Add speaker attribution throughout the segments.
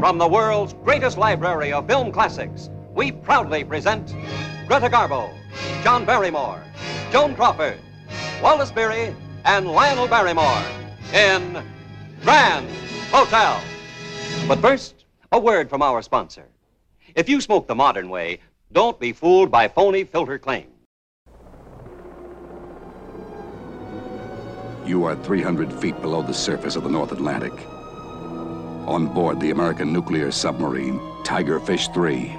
Speaker 1: From the world's greatest library of film classics, we proudly present Greta Garbo, John Barrymore, Joan Crawford, Wallace Beery, and Lionel Barrymore in Grand Hotel. But first, a word from our sponsor. If you smoke the modern way, don't be fooled by phony filter claims.
Speaker 2: You are 300 feet below the surface of the North Atlantic. On board the American nuclear submarine, Tigerfish 3.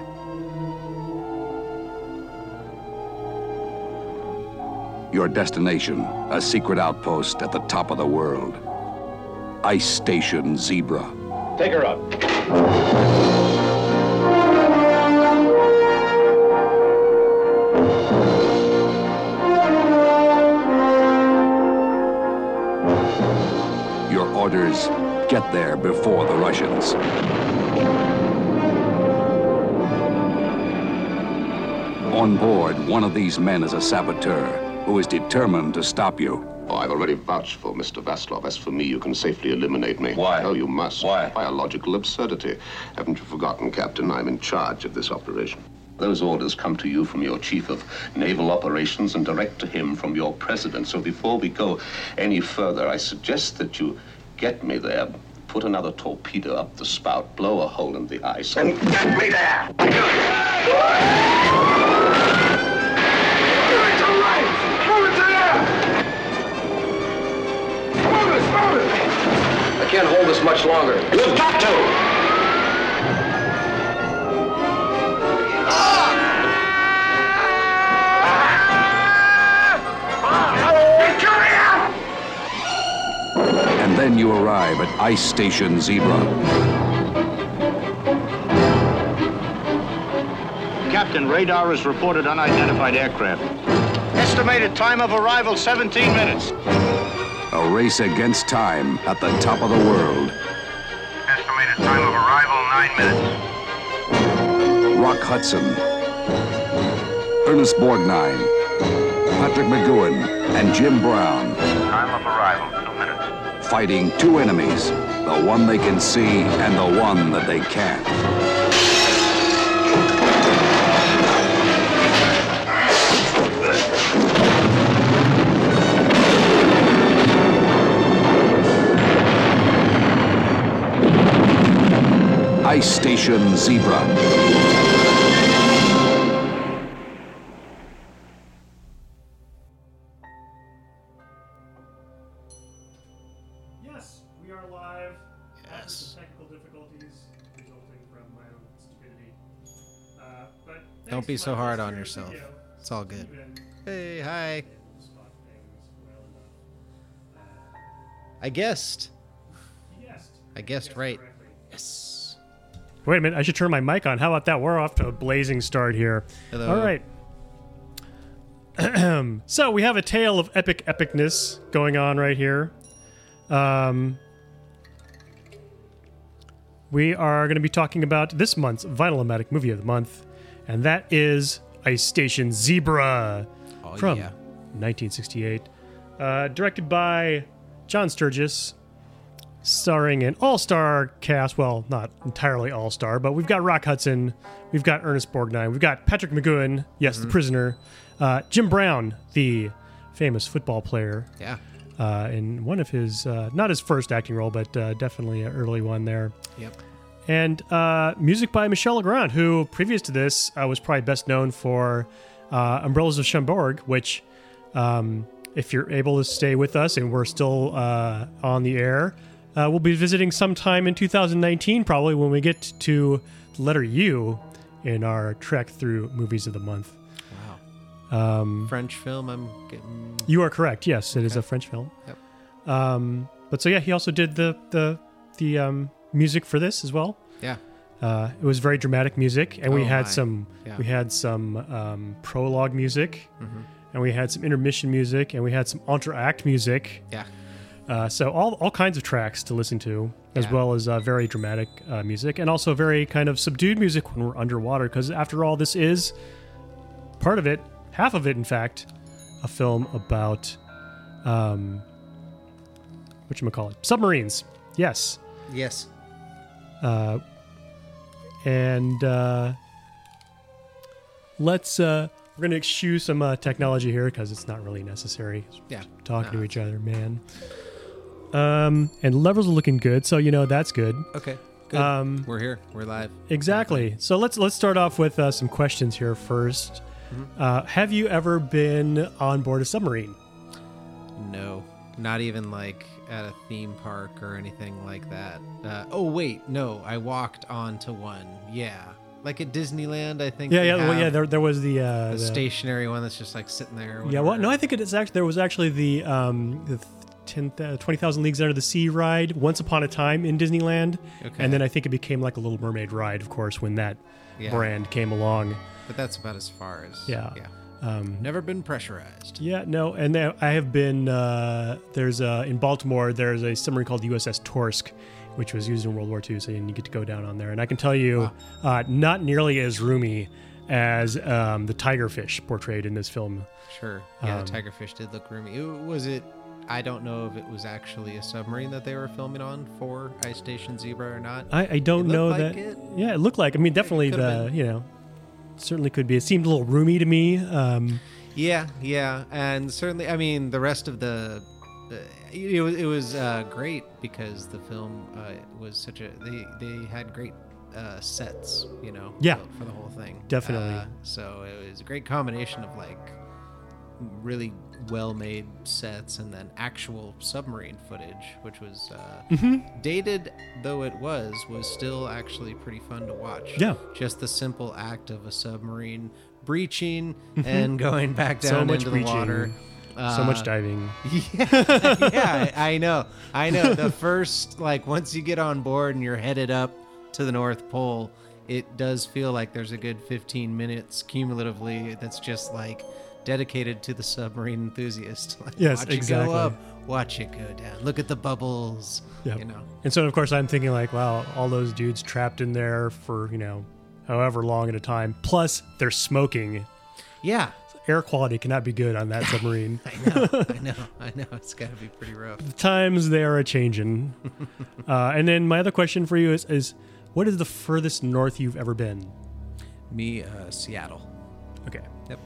Speaker 2: Your destination, a secret outpost at the top of the world. Ice Station Zebra.
Speaker 3: Take her up.
Speaker 2: Your orders get there before the Russians. On board, one of these men is a saboteur who is determined to stop you.
Speaker 4: Oh, I've already vouched for Mr. Vaslov. As for me, you can safely eliminate me.
Speaker 5: Why?
Speaker 4: Oh, you must.
Speaker 5: Why?
Speaker 4: By a logical absurdity. Haven't you forgotten, Captain? I'm in charge of this operation. Those orders come to you from your chief of naval operations and direct to him from your president. So before we go any further, I suggest that you get me there, put another torpedo up the spout, blow a hole in the ice, and get me there! Do it! Do it to right! Move it to left!
Speaker 3: I can't hold this much longer. You've got to!
Speaker 2: And then you arrive at Ice Station Zebra.
Speaker 6: Captain, radar has reported unidentified aircraft. Estimated time of arrival 17 minutes.
Speaker 2: A race against time at the top of the world.
Speaker 6: Estimated time of arrival 9 minutes.
Speaker 2: Rock Hudson, Ernest Borgnine, Patrick McGowan, and Jim Brown
Speaker 6: Time of arrival 2 minutes.
Speaker 2: fighting two enemies the one they can see and the one that they can't. Ice Station Zebra.
Speaker 7: Yes, we are live. After some technical difficulties resulting from my own stupidity. Uh, but
Speaker 8: Don't
Speaker 7: thanks
Speaker 8: be
Speaker 7: to
Speaker 8: so
Speaker 7: my
Speaker 8: hard on
Speaker 7: posterity
Speaker 8: yourself.
Speaker 7: video,
Speaker 8: It's all good.
Speaker 7: even
Speaker 8: Hey, hi.
Speaker 7: spot things well enough.
Speaker 8: I guessed.
Speaker 7: He guessed.
Speaker 8: I guessed right.
Speaker 7: correctly.
Speaker 8: Yes.
Speaker 7: Wait a minute, I should turn my mic on. How about that? We're off to a blazing start here.
Speaker 8: Hello.
Speaker 7: All right. so we have a tale of epic epicness going on right here. Um, we are going to be talking about this month's vinyl-o-matic movie of the month, and that is Ice Station Zebra
Speaker 8: Oh,
Speaker 7: from
Speaker 8: yeah.
Speaker 7: 1968, uh, directed by John Sturgis, starring an all-star cast. Well, not entirely all-star, but we've got Rock Hudson, we've got Ernest Borgnine, we've got Patrick McGowan, yes,
Speaker 8: Mm-hmm.
Speaker 7: the prisoner, uh, Jim Brown, the famous football player,
Speaker 8: Yeah.
Speaker 7: uh, in one of his uh, not his first acting role, but uh, definitely an early one there.
Speaker 8: Yep.
Speaker 7: And uh, music by Michel Legrand, who previous to this uh, was probably best known for uh, Umbrellas of Cherbourg, which, um, if you're able to stay with us and we're still uh, on the air, uh, we'll be visiting sometime in 2019, probably when we get to the letter U in our trek through movies of the month.
Speaker 8: Wow. Um, French film. I'm getting.
Speaker 7: You are correct. Yes, it is a French film.
Speaker 8: Yep.
Speaker 7: Um, but so yeah, he also did the the the um, music for this as well.
Speaker 8: Yeah.
Speaker 7: Uh, it was very dramatic music, and we
Speaker 8: Oh,
Speaker 7: had
Speaker 8: my.
Speaker 7: some
Speaker 8: Yeah. Mm-hmm.
Speaker 7: we had some um, prologue music, and we had some intermission music, and we had some entr'acte music.
Speaker 8: Yeah.
Speaker 7: Uh, so all all kinds of tracks to listen to, as
Speaker 8: Yeah.
Speaker 7: well as uh, very dramatic uh, music, and also very kind of subdued music when we're underwater, because after all, this is part of it, half of it, in fact, a film about um, what you call it, submarines. Yes
Speaker 8: Yes.
Speaker 7: and uh, let's uh, we're gonna eschew some uh, technology here because it's not really necessary.
Speaker 8: Yeah.
Speaker 7: talking
Speaker 8: Nah.
Speaker 7: to each other, man. Um, and levels are looking good, so you know that's good.
Speaker 8: Okay. Good.
Speaker 7: Um,
Speaker 8: We're here. We're live.
Speaker 7: Exactly. So let's let's start off with uh, some questions here 1st
Speaker 8: Mm-hmm.
Speaker 7: Uh, have you ever been on board a submarine?
Speaker 8: No, not even like at a theme park or anything like that. Uh, oh wait, no, I walked onto one. Yeah, like at Disneyland, I think.
Speaker 7: Yeah,
Speaker 8: they
Speaker 7: yeah, well,
Speaker 8: have
Speaker 7: yeah. There, there was the, uh,
Speaker 8: the
Speaker 7: the-
Speaker 8: stationary one that's just like sitting there. or
Speaker 7: yeah. Well, no, I
Speaker 8: whatever.
Speaker 7: think it is actually there was actually the um the. 10, uh, 20,000 Leagues Under the Sea ride once upon a time in Disneyland.
Speaker 8: Okay.
Speaker 7: And then I think it became like a Little Mermaid ride, of course, when that
Speaker 8: Yeah.
Speaker 7: brand came along.
Speaker 8: but that's about as far as.
Speaker 7: Yeah.
Speaker 8: yeah. Never been pressurized.
Speaker 7: Yeah, no, and there, I have been. Uh, there's uh, in Baltimore. There's a submarine called the USS Torsk, which was used in World War II. So you get to go down on there, and I can tell you, uh, not nearly as roomy as um, the tigerfish portrayed in this film.
Speaker 8: Sure. Yeah, the Tigerfish did look roomy. It- Was it? I don't know if it was actually a submarine that they were filming on for Ice Station Zebra or not.
Speaker 7: I, I don't
Speaker 8: It looked
Speaker 7: know
Speaker 8: like
Speaker 7: that.
Speaker 8: it.
Speaker 7: Yeah, it looked like. I mean, definitely the
Speaker 8: could've been.
Speaker 7: you know, certainly could be. It seemed a little roomy to me. Um,
Speaker 8: Yeah, yeah, and certainly, I mean, the rest of the, uh, it, wa- it was uh, great because the film uh, was such a they they had great uh, sets, you know,
Speaker 7: Yeah.
Speaker 8: built for the whole thing,
Speaker 7: Definitely.
Speaker 8: Uh, so it was a great combination of like really well made sets and then actual submarine footage, which was uh,
Speaker 7: Mm-hmm.
Speaker 8: dated though it was, was still actually pretty fun to watch.
Speaker 7: Yeah.
Speaker 8: Just the simple act of a submarine breaching
Speaker 7: Mm-hmm.
Speaker 8: and going back down
Speaker 7: So much
Speaker 8: into
Speaker 7: breaching.
Speaker 8: the water.
Speaker 7: so
Speaker 8: Uh,
Speaker 7: much diving.
Speaker 8: yeah, I I know. I know. The first, like, once you get on board and you're headed up to the North Pole, it does feel like there's a good 15 minutes cumulatively that's just like dedicated to the submarine enthusiast. Like,
Speaker 7: Yes,
Speaker 8: watch It
Speaker 7: exactly.
Speaker 8: go up, watch it go down. Look at the bubbles.
Speaker 7: Yeah.
Speaker 8: You know.
Speaker 7: And so, of course, I'm thinking like, wow, all those dudes trapped in there for you know, however long at a time. Plus, they're smoking.
Speaker 8: Yeah.
Speaker 7: air quality cannot be good on that submarine.
Speaker 8: I know. I know. I know. It's got to be pretty rough.
Speaker 7: Times they are a changing. Uh, and then my other question for you is, is what is the furthest north you've ever been?
Speaker 8: Me, uh, Seattle.
Speaker 7: Okay.
Speaker 8: Yep.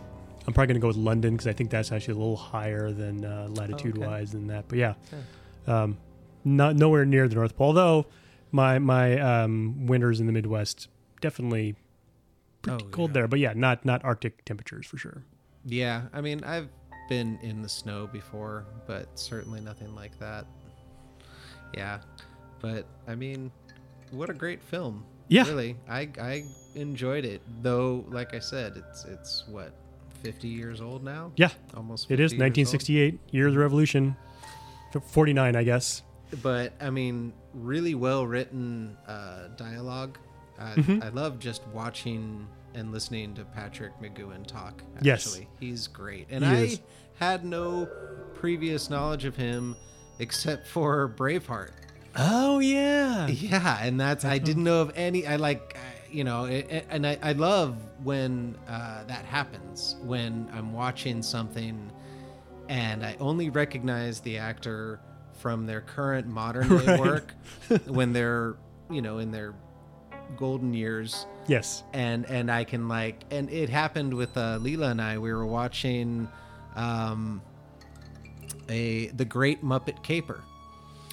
Speaker 7: I'm probably going to go with London because I think that's actually a little higher than uh, latitude wise than that. But yeah, um, not nowhere near the North Pole. Although my my um, winters in the Midwest definitely pretty
Speaker 8: Oh,
Speaker 7: cold there. But yeah, not not Arctic temperatures for sure.
Speaker 8: Yeah. I mean, I've been in the snow before, but certainly nothing like that. Yeah. But I mean, what a great film.
Speaker 7: Yeah.
Speaker 8: Really. I I enjoyed it. Though like I said, it's it's what 50 years old now?
Speaker 7: Yeah,
Speaker 8: Almost
Speaker 7: it is
Speaker 8: 50 years
Speaker 7: 1968,
Speaker 8: old.
Speaker 7: year of the revolution, 49, I guess.
Speaker 8: but I mean, really well written uh, dialogue. I,
Speaker 7: Mm-hmm.
Speaker 8: I love just watching and listening to Patrick McGowan talk. Actually.
Speaker 7: Yes.
Speaker 8: he's great, and
Speaker 7: He
Speaker 8: I
Speaker 7: is.
Speaker 8: had no previous knowledge of him except for Braveheart.
Speaker 7: Oh yeah.
Speaker 8: Yeah, and that's I didn't know of any. I like, uh, you know, it, it- and I, I love when uh, that happens when I'm watching something, and I only recognize the actor from their current modern day work when they're, you know, in their golden years
Speaker 7: Yes.
Speaker 8: and and I can like and it happened with uh, Leela and I. We were watching um, a the Great Muppet Caper,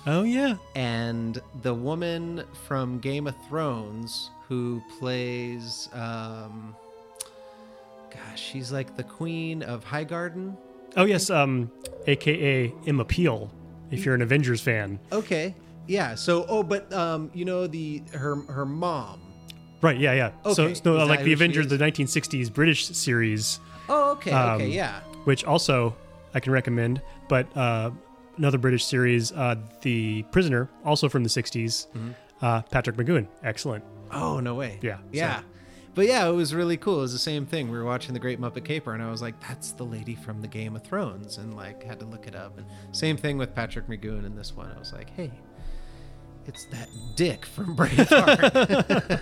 Speaker 7: Oh yeah.
Speaker 8: and the woman from Game of Thrones who plays um, gosh, she's like the queen of Highgarden.
Speaker 7: Oh yes. Um, AKA Emma Peel, if you're an Avengers fan.
Speaker 8: Okay, yeah. So oh, but um, you know the her her mom.
Speaker 7: Right. Yeah. Yeah. So,
Speaker 8: Okay,
Speaker 7: so
Speaker 8: is
Speaker 7: like
Speaker 8: that
Speaker 7: the
Speaker 8: who she
Speaker 7: Avengers,
Speaker 8: is?
Speaker 7: the 1960s British series,
Speaker 8: Oh, okay,
Speaker 7: Um,
Speaker 8: okay, yeah.
Speaker 7: which also I can recommend. But uh, another British series, uh, The Prisoner, also from the 60s.
Speaker 8: Mm-hmm.
Speaker 7: Uh, Patrick McGowan, excellent.
Speaker 8: Oh no way.
Speaker 7: Yeah, so-
Speaker 8: Yeah. But yeah, it was really cool. It was the same thing. We were watching The Great Muppet Caper, and I was like, "That's the lady from the Game of Thrones," and like had to look it up. And same thing with Patrick McGowan in this one. I was like, "Hey, it's that dick from Braveheart."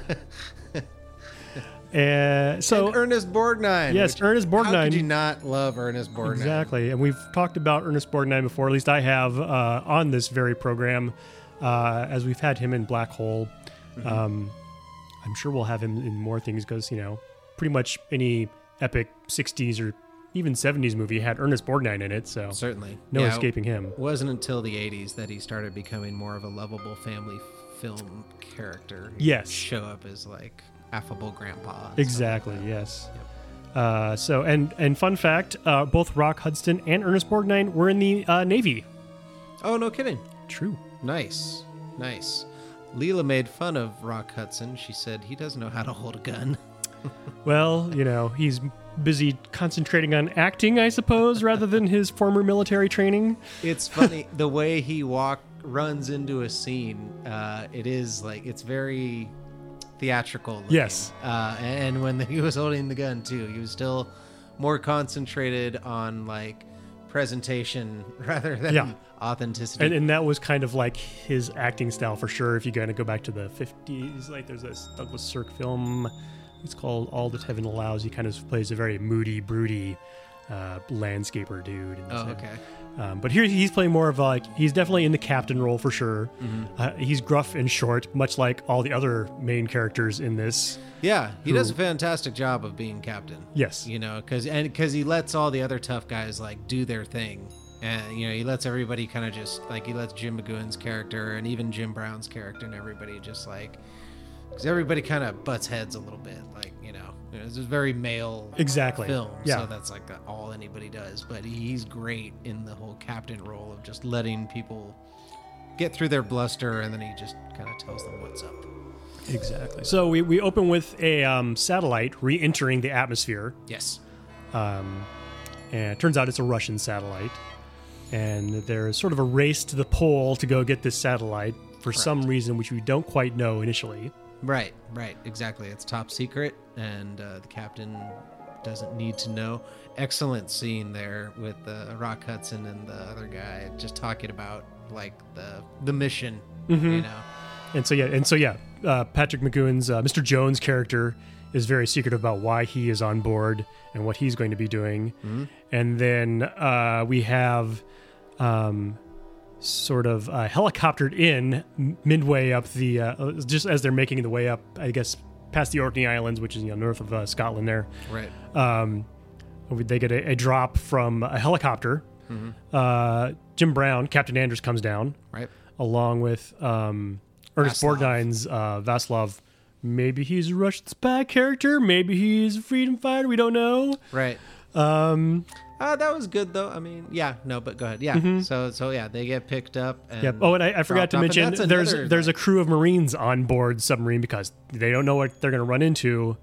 Speaker 7: Uh, so
Speaker 8: And Ernest Borgnine.
Speaker 7: Yes, Ernest
Speaker 8: How
Speaker 7: Borgnine.
Speaker 8: could you not love Ernest Borgnine?
Speaker 7: Exactly. And we've talked about Ernest Borgnine before, at least I have, uh, on this very program, uh, as we've had him in Black Hole. Um, I'm sure we'll have him in more things because, you know, pretty much any epic 60s or even 70s movie had Ernest Borgnine in it. So
Speaker 8: Certainly.
Speaker 7: no
Speaker 8: Yeah,
Speaker 7: escaping him.
Speaker 8: It wasn't until the 80s that he started becoming more of a lovable family film character. He'd
Speaker 7: Yes.
Speaker 8: Show up as like affable grandpa. and stuff.
Speaker 7: Exactly. Yes. Uh, so and and fun fact, uh, both Rock Hudson and Ernest Borgnine were in the uh, Navy.
Speaker 8: Oh, no kidding.
Speaker 7: True.
Speaker 8: Nice. Nice. Leela made fun of Rock Hudson. She said he doesn't know how to hold a gun.
Speaker 7: Well, you know, he's busy concentrating on acting, I suppose, rather than his former military training.
Speaker 8: It's funny the way he walk runs into a scene. Uh, it is like it's very theatrical. looking.
Speaker 7: Yes.
Speaker 8: Uh, and when he was holding the gun too, he was still more concentrated on like presentation rather than
Speaker 7: Yeah.
Speaker 8: authenticity.
Speaker 7: And, and that was kind of like his acting style for sure. If you're going to go back to the 50s, like there's this Douglas Sirk film, it's called All That Heaven Allows. He kind of plays a very moody, broody uh, landscaper dude. in this
Speaker 8: oh,
Speaker 7: movie.
Speaker 8: okay.
Speaker 7: Um, but here he's playing more of a, like he's definitely in the captain role for sure.
Speaker 8: Mm-hmm.
Speaker 7: Uh, he's gruff and short, much like all the other main characters in this.
Speaker 8: Yeah, he does a fantastic job of being captain.
Speaker 7: Yes.
Speaker 8: you know, because and because he lets all the other tough guys like do their thing, and you know he lets everybody kind of just like he lets Jim McGoon's character and even Jim Brown's character and everybody just like because everybody kind of butts heads a little bit, like you know, you know, it's a very male
Speaker 7: Exactly.
Speaker 8: film,
Speaker 7: Yeah.
Speaker 8: so that's like all anybody does. But he's great in the whole captain role of just letting people get through their bluster, and then he just kind of tells them what's up.
Speaker 7: Exactly. So we, we open with a um, satellite re entering the atmosphere.
Speaker 8: Yes.
Speaker 7: And it turns out it's a Russian satellite. And there's sort of a race to the pole to go get this satellite for some reason, which we don't quite know initially.
Speaker 8: Right, right, exactly. It's top secret, and uh, the captain doesn't need to know. Excellent scene there with uh, Rock Hudson and the other guy just talking about like the the mission,
Speaker 7: Mm-hmm.
Speaker 8: you know.
Speaker 7: And so, yeah, and so, yeah, uh, Patrick McGoon's uh, Mr. Jones character is very secretive about why he is on board and what he's going to be doing. And then uh, we have um, sort of uh, helicoptered in m- midway up the, uh, just as they're making the way up, I guess, past the Orkney Islands, which is, you know, north of uh, Scotland there
Speaker 8: Right.
Speaker 7: um, they get a, a drop from a helicopter. Uh, Jim Brown, Captain Anders, comes down
Speaker 8: Right.
Speaker 7: along with um, Ernest
Speaker 8: Vaslov.
Speaker 7: Borgnine's uh, Vaslov. Maybe he's a Russian spy character. Maybe he's a freedom fighter. We don't know.
Speaker 8: Right. Um uh, that was good though. I mean, yeah, no, but go ahead. Yeah. So so yeah, they get picked up and
Speaker 7: Mm-hmm. Yep. Oh, and I, I forgot to
Speaker 8: dropped Hmm. off, and
Speaker 7: mention
Speaker 8: that's
Speaker 7: there's
Speaker 8: another,
Speaker 7: there's a
Speaker 8: like-
Speaker 7: crew of Marines on board submarine because they don't know what they're going to run into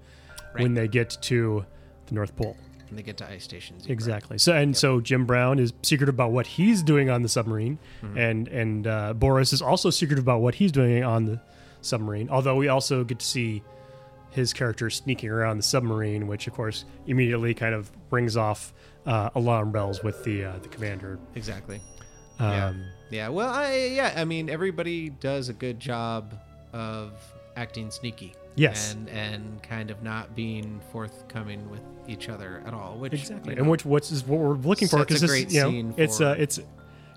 Speaker 7: when they get to the North Pole.
Speaker 8: and they get to ice stations. you're right.
Speaker 7: Exactly. So and so Jim Brown is secretive about what he's doing on the submarine,
Speaker 8: Mm-hmm.
Speaker 7: and and uh, Boris is also secretive about what he's doing on the submarine. Although we also get to see his character sneaking around the submarine, which of course immediately kind of rings off uh, alarm bells with the uh, the commander.
Speaker 8: Exactly. yeah.
Speaker 7: Um,
Speaker 8: Yeah. Well, I yeah. I mean, everybody does a good job of acting sneaky.
Speaker 7: Yes.
Speaker 8: And and kind of not being forthcoming with each other at all. Which
Speaker 7: Exactly.
Speaker 8: you
Speaker 7: And
Speaker 8: know,
Speaker 7: which what's is what we're looking for
Speaker 8: Sets a
Speaker 7: because
Speaker 8: great
Speaker 7: you know
Speaker 8: scene
Speaker 7: it's
Speaker 8: for-
Speaker 7: uh, it's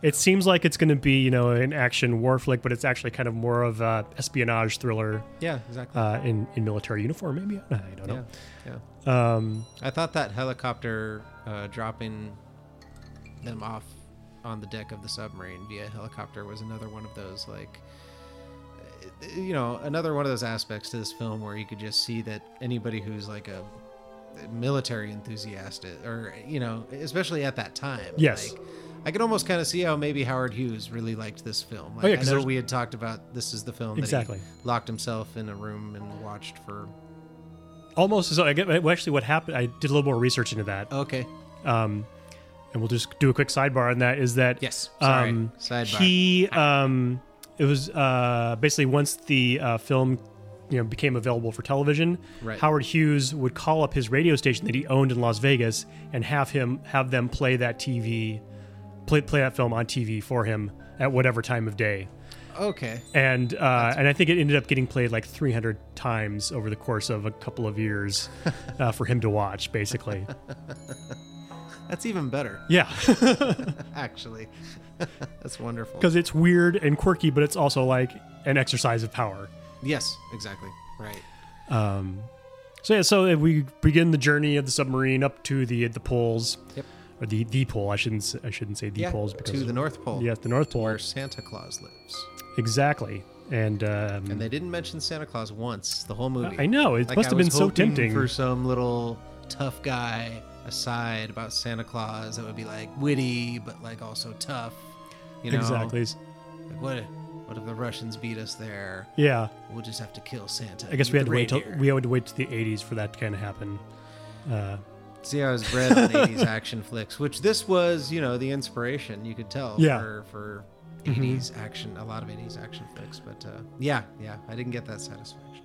Speaker 7: it seems like it's going to be you know an action war flick, but it's actually kind of more of a espionage thriller.
Speaker 8: Yeah. Exactly.
Speaker 7: Uh, in, in military uniform, maybe I don't know.
Speaker 8: yeah. Yeah. Um. I thought that helicopter uh, dropping them off on the deck of the submarine via helicopter was another one of those like eh, you know another one of those aspects to this film where you could just see that anybody who's like a military enthusiast eh, or you know especially at that time
Speaker 7: Yes.
Speaker 8: like, i could almost kind of see how maybe howard hughes really liked this film like,
Speaker 7: Oh, yeah,
Speaker 8: i
Speaker 7: 'cause
Speaker 8: know
Speaker 7: there's-
Speaker 8: we had talked about this is the film
Speaker 7: Exactly.
Speaker 8: that he locked himself in a room and watched for
Speaker 7: almost as I get well, actually what happened. I did a little more research into that,
Speaker 8: okay
Speaker 7: and we'll just do a quick sidebar on that. Is that
Speaker 8: Oh.
Speaker 7: um,
Speaker 8: Yes, sorry, sidebar.
Speaker 7: He um, it was uh, basically once the uh, film you know became available for television,
Speaker 8: Right.
Speaker 7: Howard Hughes would call up his radio station that he owned in Las Vegas and have him have them play that TV play play that film on TV for him at whatever time of day.
Speaker 8: okay
Speaker 7: and uh, and I think it ended up getting played like 300 times over the course of a couple of years uh, for him to watch, basically.
Speaker 8: That's even better,
Speaker 7: Yeah,
Speaker 8: actually. That's wonderful.
Speaker 7: because it's weird and quirky, but it's also like an exercise of power.
Speaker 8: Yes, exactly. Right.
Speaker 7: So yeah, so we begin the journey of the submarine up to the the poles,
Speaker 8: Yep.
Speaker 7: or the the pole. I shouldn't s- I shouldn't say the
Speaker 8: Yeah,
Speaker 7: poles because
Speaker 8: to the North Pole,
Speaker 7: Yes, the North Pole.
Speaker 8: where Santa Claus lives.
Speaker 7: Exactly, and um,
Speaker 8: And they didn't mention Santa Claus once the whole movie.
Speaker 7: I know, it must have
Speaker 8: was
Speaker 7: been so
Speaker 8: hoping
Speaker 7: tempting.
Speaker 8: for some little tough guy aside about Santa Claus that would be like witty but like also tough. You know,
Speaker 7: exactly.
Speaker 8: Like what? If, what if the Russians beat us there?
Speaker 7: Yeah,
Speaker 8: We'll just have to kill Santa.
Speaker 7: I guess we had to wait till
Speaker 8: reindeer.
Speaker 7: we had to wait to the '80s for that to kind of happen.
Speaker 8: See, I was bred on 80s action flicks, which this was, you know, the inspiration you could tell
Speaker 7: Yeah. Mm-hmm.
Speaker 8: for, for 80s action, a lot of 80s action flicks. But uh, yeah, yeah, I didn't get that satisfaction.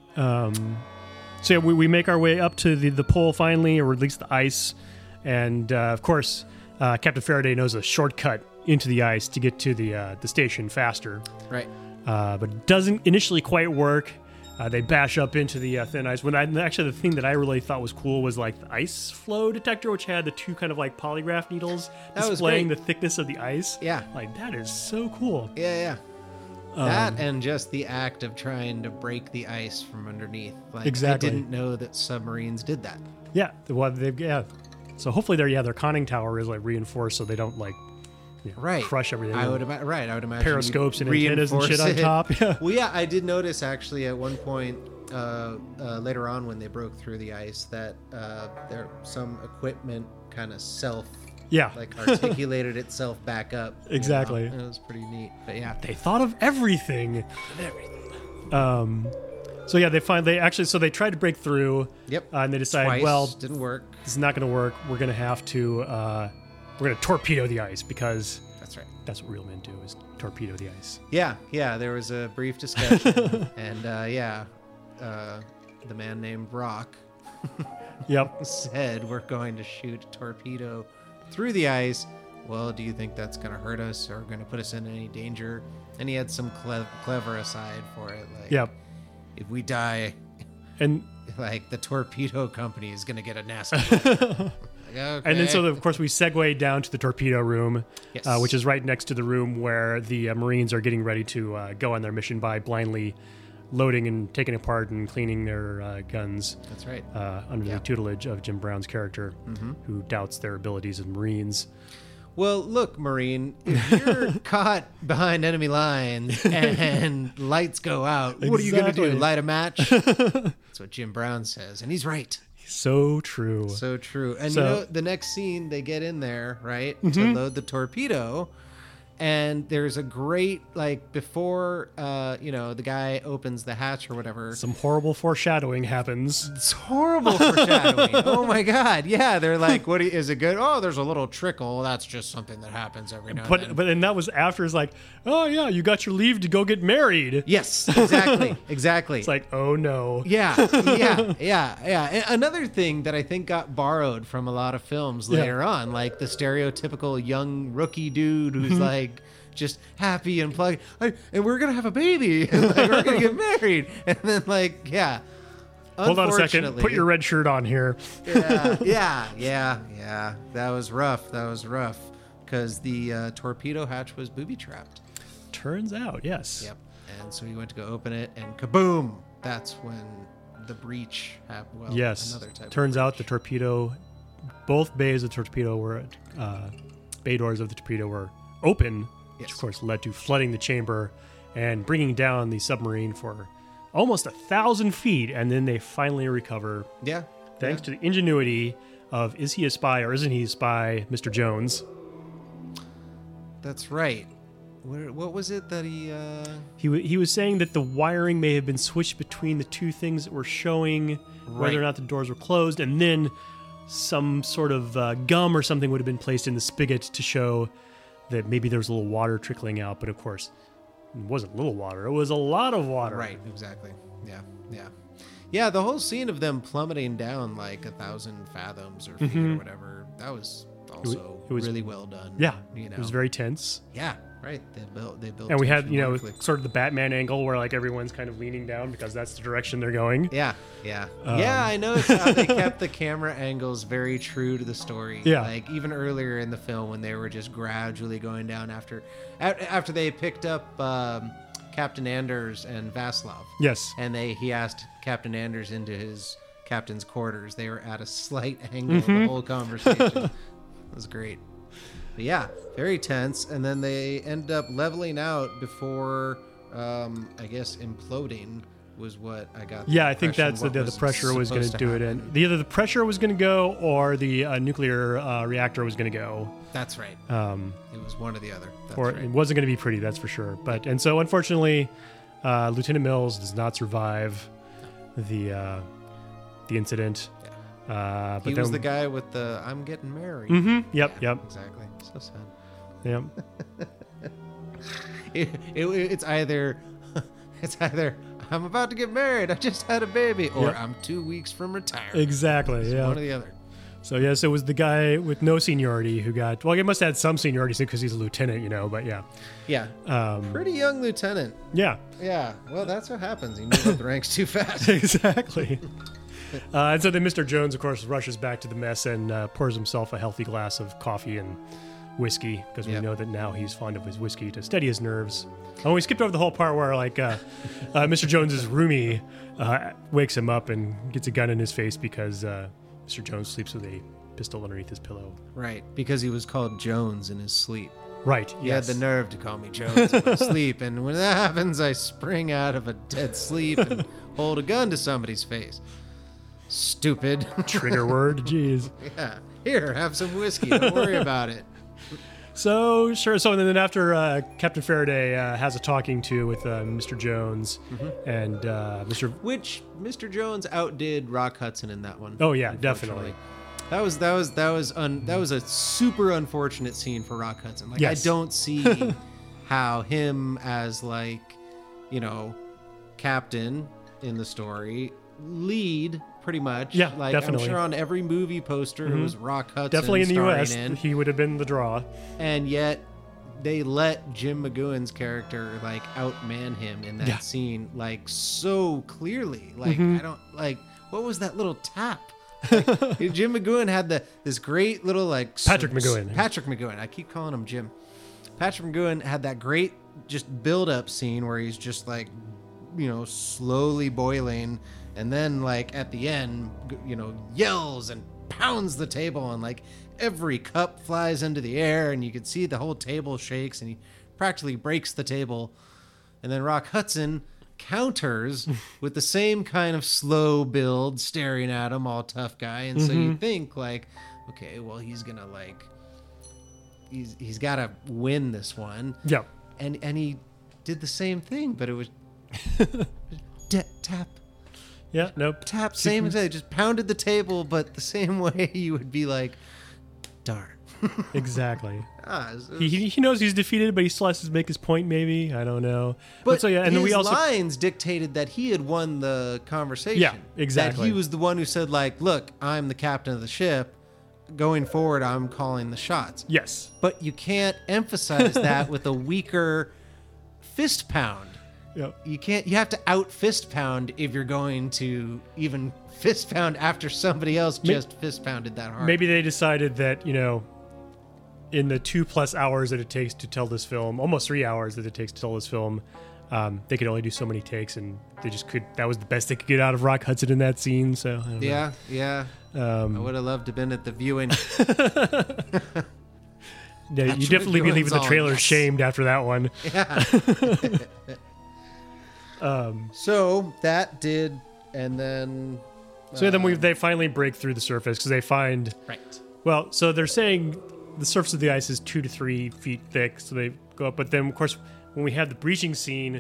Speaker 7: So yeah, we, we make our way up to the, the pole finally, or at least the ice. And uh, of course, uh, Captain Faraday knows a shortcut into the ice to get to the uh, the station faster,
Speaker 8: Right.
Speaker 7: uh, but it doesn't initially quite work. Uh, they bash up into the uh, thin ice. When I actually the thing that I really thought was cool was like the ice flow detector, which had the two kind of like polygraph needles
Speaker 8: That was
Speaker 7: displaying the
Speaker 8: great.
Speaker 7: thickness of the ice.
Speaker 8: Yeah.
Speaker 7: like that is so cool.
Speaker 8: Yeah, yeah.
Speaker 7: Um,
Speaker 8: that and just the act of trying to break the ice from underneath. Like,
Speaker 7: Exactly.
Speaker 8: I didn't know that submarines did that.
Speaker 7: Yeah, the- well, they've yeah. So hopefully, their yeah, their conning tower is like reinforced, so they don't like you know,
Speaker 8: Right.
Speaker 7: crush everything.
Speaker 8: I would ima- right. I would imagine
Speaker 7: Periscopes and
Speaker 8: you'd
Speaker 7: antennas and shit on
Speaker 8: reinforce it.
Speaker 7: top, yeah.
Speaker 8: Well, yeah, I did notice actually at one point uh, uh, later on when they broke through the ice that uh, there some equipment kind of self
Speaker 7: yeah,
Speaker 8: like articulated itself back up. you know?
Speaker 7: Exactly.
Speaker 8: And It was pretty neat. But yeah,
Speaker 7: they thought of everything. Um,
Speaker 8: everything.
Speaker 7: So yeah, they find they actually so they tried to break through.
Speaker 8: Yep.
Speaker 7: uh, and they decide,
Speaker 8: Twice
Speaker 7: well,
Speaker 8: didn't work.
Speaker 7: this is not going to work. We're going to have to uh, we're going to torpedo the ice because
Speaker 8: That's right.
Speaker 7: that's what real men do is torpedo the ice.
Speaker 8: Yeah, yeah. There was a brief discussion, and uh, yeah, uh, the man named Brock
Speaker 7: Yep.
Speaker 8: said, "We're going to shoot a torpedo through the ice." Well, do you think that's going to hurt us or going to put us in any danger? And he had some cle- clever aside for it, like,
Speaker 7: Yep.
Speaker 8: if we die,
Speaker 7: And
Speaker 8: like the torpedo company is going to get a nasty. letter." Like, okay.
Speaker 7: And then, so of course, we segue down to the torpedo room,
Speaker 8: Yes.
Speaker 7: uh, which is right next to the room where the uh, Marines are getting ready to uh, go on their mission by blindly loading and taking apart and cleaning their uh, guns
Speaker 8: that's right.
Speaker 7: uh, under the tutelage of Jim Brown's character,
Speaker 8: Mm-hmm.
Speaker 7: who doubts their abilities as Marines.
Speaker 8: Well, look, Marine, if you're caught behind enemy lines and lights go out, what are you going to do?
Speaker 7: Exactly.
Speaker 8: Light a match? That's what Jim Brown says, and he's right.
Speaker 7: So true.
Speaker 8: So true. And
Speaker 7: So- Mm-hmm.
Speaker 8: you know, the next scene they get in there, right, to load the torpedo. And there's a great like before uh, you know, the guy opens the hatch or whatever.
Speaker 7: Some horrible foreshadowing happens.
Speaker 8: It's horrible foreshadowing. oh my god. Yeah, they're like, what do you- is it good? Oh, there's a little trickle. That's just something that happens every now and then.
Speaker 7: But but and that was after it's like, oh yeah, you got your leave to go get married.
Speaker 8: Yes, exactly, exactly.
Speaker 7: It's like, oh no.
Speaker 8: yeah, yeah, yeah, yeah. And another thing that I think got borrowed from a lot of films
Speaker 7: Yeah.
Speaker 8: later on, like the stereotypical young rookie dude
Speaker 7: Mm-hmm.
Speaker 8: who's like just happy and plugged, I, and we're gonna have a baby, and like, we're gonna get married, and then like, yeah.
Speaker 7: Hold on a second. Put your red shirt on here.
Speaker 8: yeah, yeah, yeah, yeah. That was rough. That was rough because the uh, torpedo hatch was booby trapped.
Speaker 7: Turns out, yes.
Speaker 8: Yep. And so he went to go open it, and kaboom! That's when the breach happened. Well,
Speaker 7: Yes.
Speaker 8: Oh, Another type.
Speaker 7: Turns
Speaker 8: of
Speaker 7: out the torpedo, both bays of the torpedo were, uh, bay doors of the torpedo were open, which of
Speaker 8: Yes.
Speaker 7: course led to flooding the chamber and bringing down the submarine for almost a thousand feet. And then they finally recover,
Speaker 8: breach. Yeah.
Speaker 7: thanks to the ingenuity of is he a spy or isn't he a spy, Mr. Jones?
Speaker 8: That's right. What, what was it that he? Uh,
Speaker 7: He, wa he was saying that the wiring may have been switched between the two things that were showing whether or
Speaker 8: Right.
Speaker 7: not the doors were closed, and then some sort of uh, gum or something would have been placed in the spigot to show that maybe there was a little water trickling out. But of course, it wasn't little water; it was a lot of water.
Speaker 8: right. Exactly. Yeah. Yeah. Yeah. The whole scene of them plummeting down like a thousand fathoms or feet or whatever. That was also
Speaker 7: Mm-hmm. it was-
Speaker 8: really well done.
Speaker 7: Yeah.
Speaker 8: You know.
Speaker 7: It was very tense,
Speaker 8: yeah. Right. They built. They built.
Speaker 7: and we had
Speaker 8: tension
Speaker 7: you know
Speaker 8: wonderfully.
Speaker 7: sort of the Batman angle where like everyone's kind of leaning down because that's the direction they're going.
Speaker 8: Yeah, yeah, yeah. I noticed how they kept the camera angles very true to the story.
Speaker 7: Yeah.
Speaker 8: like even earlier in the film when they were just gradually going down after, a- after they picked up um, Captain Anders and Vaslov.
Speaker 7: Yes.
Speaker 8: And they he asked Captain Anders into his captain's quarters. They were at a slight angle
Speaker 7: Mm-hmm.
Speaker 8: the whole conversation. it was great. But yeah, very tense. And then they end up leveling out before, um, I guess, imploding was what I got. the
Speaker 7: Yeah, I think
Speaker 8: impression
Speaker 7: that's the,
Speaker 8: what
Speaker 7: the pressure was going to
Speaker 8: supposed
Speaker 7: do it
Speaker 8: happen.
Speaker 7: in. Either the pressure was going to go or the uh, nuclear uh, reactor was going to go.
Speaker 8: That's right. it was one or the other.
Speaker 7: Um,
Speaker 8: That's
Speaker 7: or
Speaker 8: right.
Speaker 7: it wasn't going to be pretty, that's for sure. But and so unfortunately, uh, Lieutenant Mills does not survive the uh, the incident. Uh, but
Speaker 8: he
Speaker 7: then,
Speaker 8: was the guy Mm-hmm. with the I'm getting married.
Speaker 7: Mhm, Yep, yep,
Speaker 8: Exactly. So sad.
Speaker 7: yep.
Speaker 8: It, it, it's either it's either I'm about to get married, I just had a baby, or
Speaker 7: Yeah.
Speaker 8: I'm two weeks from retirement.
Speaker 7: Exactly.
Speaker 8: One
Speaker 7: Yeah.
Speaker 8: or the other.
Speaker 7: So yes, it was the guy with no seniority who got. Well, he must have had some seniority because he's a lieutenant, you know. But yeah,
Speaker 8: Yeah. Pretty young lieutenant.
Speaker 7: yeah,
Speaker 8: Yeah. Well, that's what happens. You move up the ranks too fast.
Speaker 7: exactly. Uh, and so then Mr. Jones, of course, rushes back to the mess and uh, pours himself a healthy glass of coffee and whiskey because we
Speaker 8: Yep.
Speaker 7: know that now he's fond of his whiskey to steady his nerves. Oh, we skipped over the whole part where like uh, uh, Mr. Jones's roomie uh, wakes him up and gets a gun in his face because uh, Mr. Jones sleeps with a pistol underneath his pillow.
Speaker 8: Right. Because he was called Jones in his sleep.
Speaker 7: Right.
Speaker 8: He
Speaker 7: yes.
Speaker 8: had the nerve to call me Jones in my sleep, and when that happens, I spring out of a dead sleep and hold a gun to somebody's face. Stupid.
Speaker 7: trigger word. Jeez.
Speaker 8: yeah. Here, have some whiskey. Don't worry about it.
Speaker 7: So sure. So then after uh, Captain Faraday uh, has a talking to with uh, Mr. Jones
Speaker 8: Mm-hmm.
Speaker 7: and uh, Mr.
Speaker 8: Which Mr. Jones outdid Rock Hudson in that one.
Speaker 7: Oh yeah,
Speaker 8: unfortunately.
Speaker 7: definitely.
Speaker 8: That was that was that was un, that was a super unfortunate scene for Rock Hudson. Like
Speaker 7: Yes.
Speaker 8: I don't see how him as like, you know, captain in the story, lead pretty much.
Speaker 7: Yeah,
Speaker 8: like
Speaker 7: definitely. Mm-hmm.
Speaker 8: I'm sure on every movie poster it was Rock Hudson
Speaker 7: Definitely in the
Speaker 8: starring
Speaker 7: U.S.,
Speaker 8: in,
Speaker 7: he would have been the draw.
Speaker 8: and yet they let Jim McGowan's character like outman him in that
Speaker 7: Yeah. Mm-hmm.
Speaker 8: scene like so clearly. Like I don't like what was that little tap? Like, Jim McGowan had the this great little like s-
Speaker 7: Patrick
Speaker 8: s-
Speaker 7: McGowan.
Speaker 8: Patrick McGowan. I keep calling him Jim. Patrick McGowan had that great just build up scene where he's just like you know slowly boiling and then like at the end g- you know yells and pounds the table and like every cup flies into the air and you can see the whole table shakes and he practically breaks the table and then Rock Hudson counters with the same kind of slow build, staring at him, all tough guy. And so you think like, okay, well he's gonna like, he's he's gotta win this one.
Speaker 7: Yeah.
Speaker 8: And and he did the same thing, but it was de- tap
Speaker 7: Yeah. Nope.
Speaker 8: tap same exact, just pounded the table, but the same way you would be like, darn.
Speaker 7: Exactly.
Speaker 8: Ah, it was- it
Speaker 7: He,
Speaker 8: was-
Speaker 7: he, he knows he's defeated, but he still has to make his point. Maybe I don't know.
Speaker 8: But
Speaker 7: so yeah, and then we
Speaker 8: his
Speaker 7: also
Speaker 8: lines dictated that he had won the conversation.
Speaker 7: Yeah, exactly.
Speaker 8: That he was the one who said, like, look, I'm the captain of the ship. Going forward, I'm calling the shots.
Speaker 7: yes,
Speaker 8: But you can't emphasize that with a weaker fist pound.
Speaker 7: yeah,
Speaker 8: You can't. You have to out fist pound if you're going to even fist pound after somebody else just fist pounded that hard.
Speaker 7: maybe they decided that you know, in the two plus hours that it takes to tell this film, almost three hours that it takes to tell this film, um, they could only do so many takes, and they just could. That was the best they could get out of Rock Hudson in that scene. So I don't know.
Speaker 8: Yeah, yeah.
Speaker 7: Um,
Speaker 8: I would have loved to have been at the viewing.
Speaker 7: Yeah, you
Speaker 8: Patrick
Speaker 7: definitely be leaving the
Speaker 8: McGowan's on,
Speaker 7: trailer
Speaker 8: yes.
Speaker 7: shamed after that one.
Speaker 8: so that did, and then
Speaker 7: So then we they finally break through the surface because they find
Speaker 8: right.
Speaker 7: Well, so they're saying the surface of the ice is two to three feet thick, so they go up. But then, of course, when we have the breaching scene,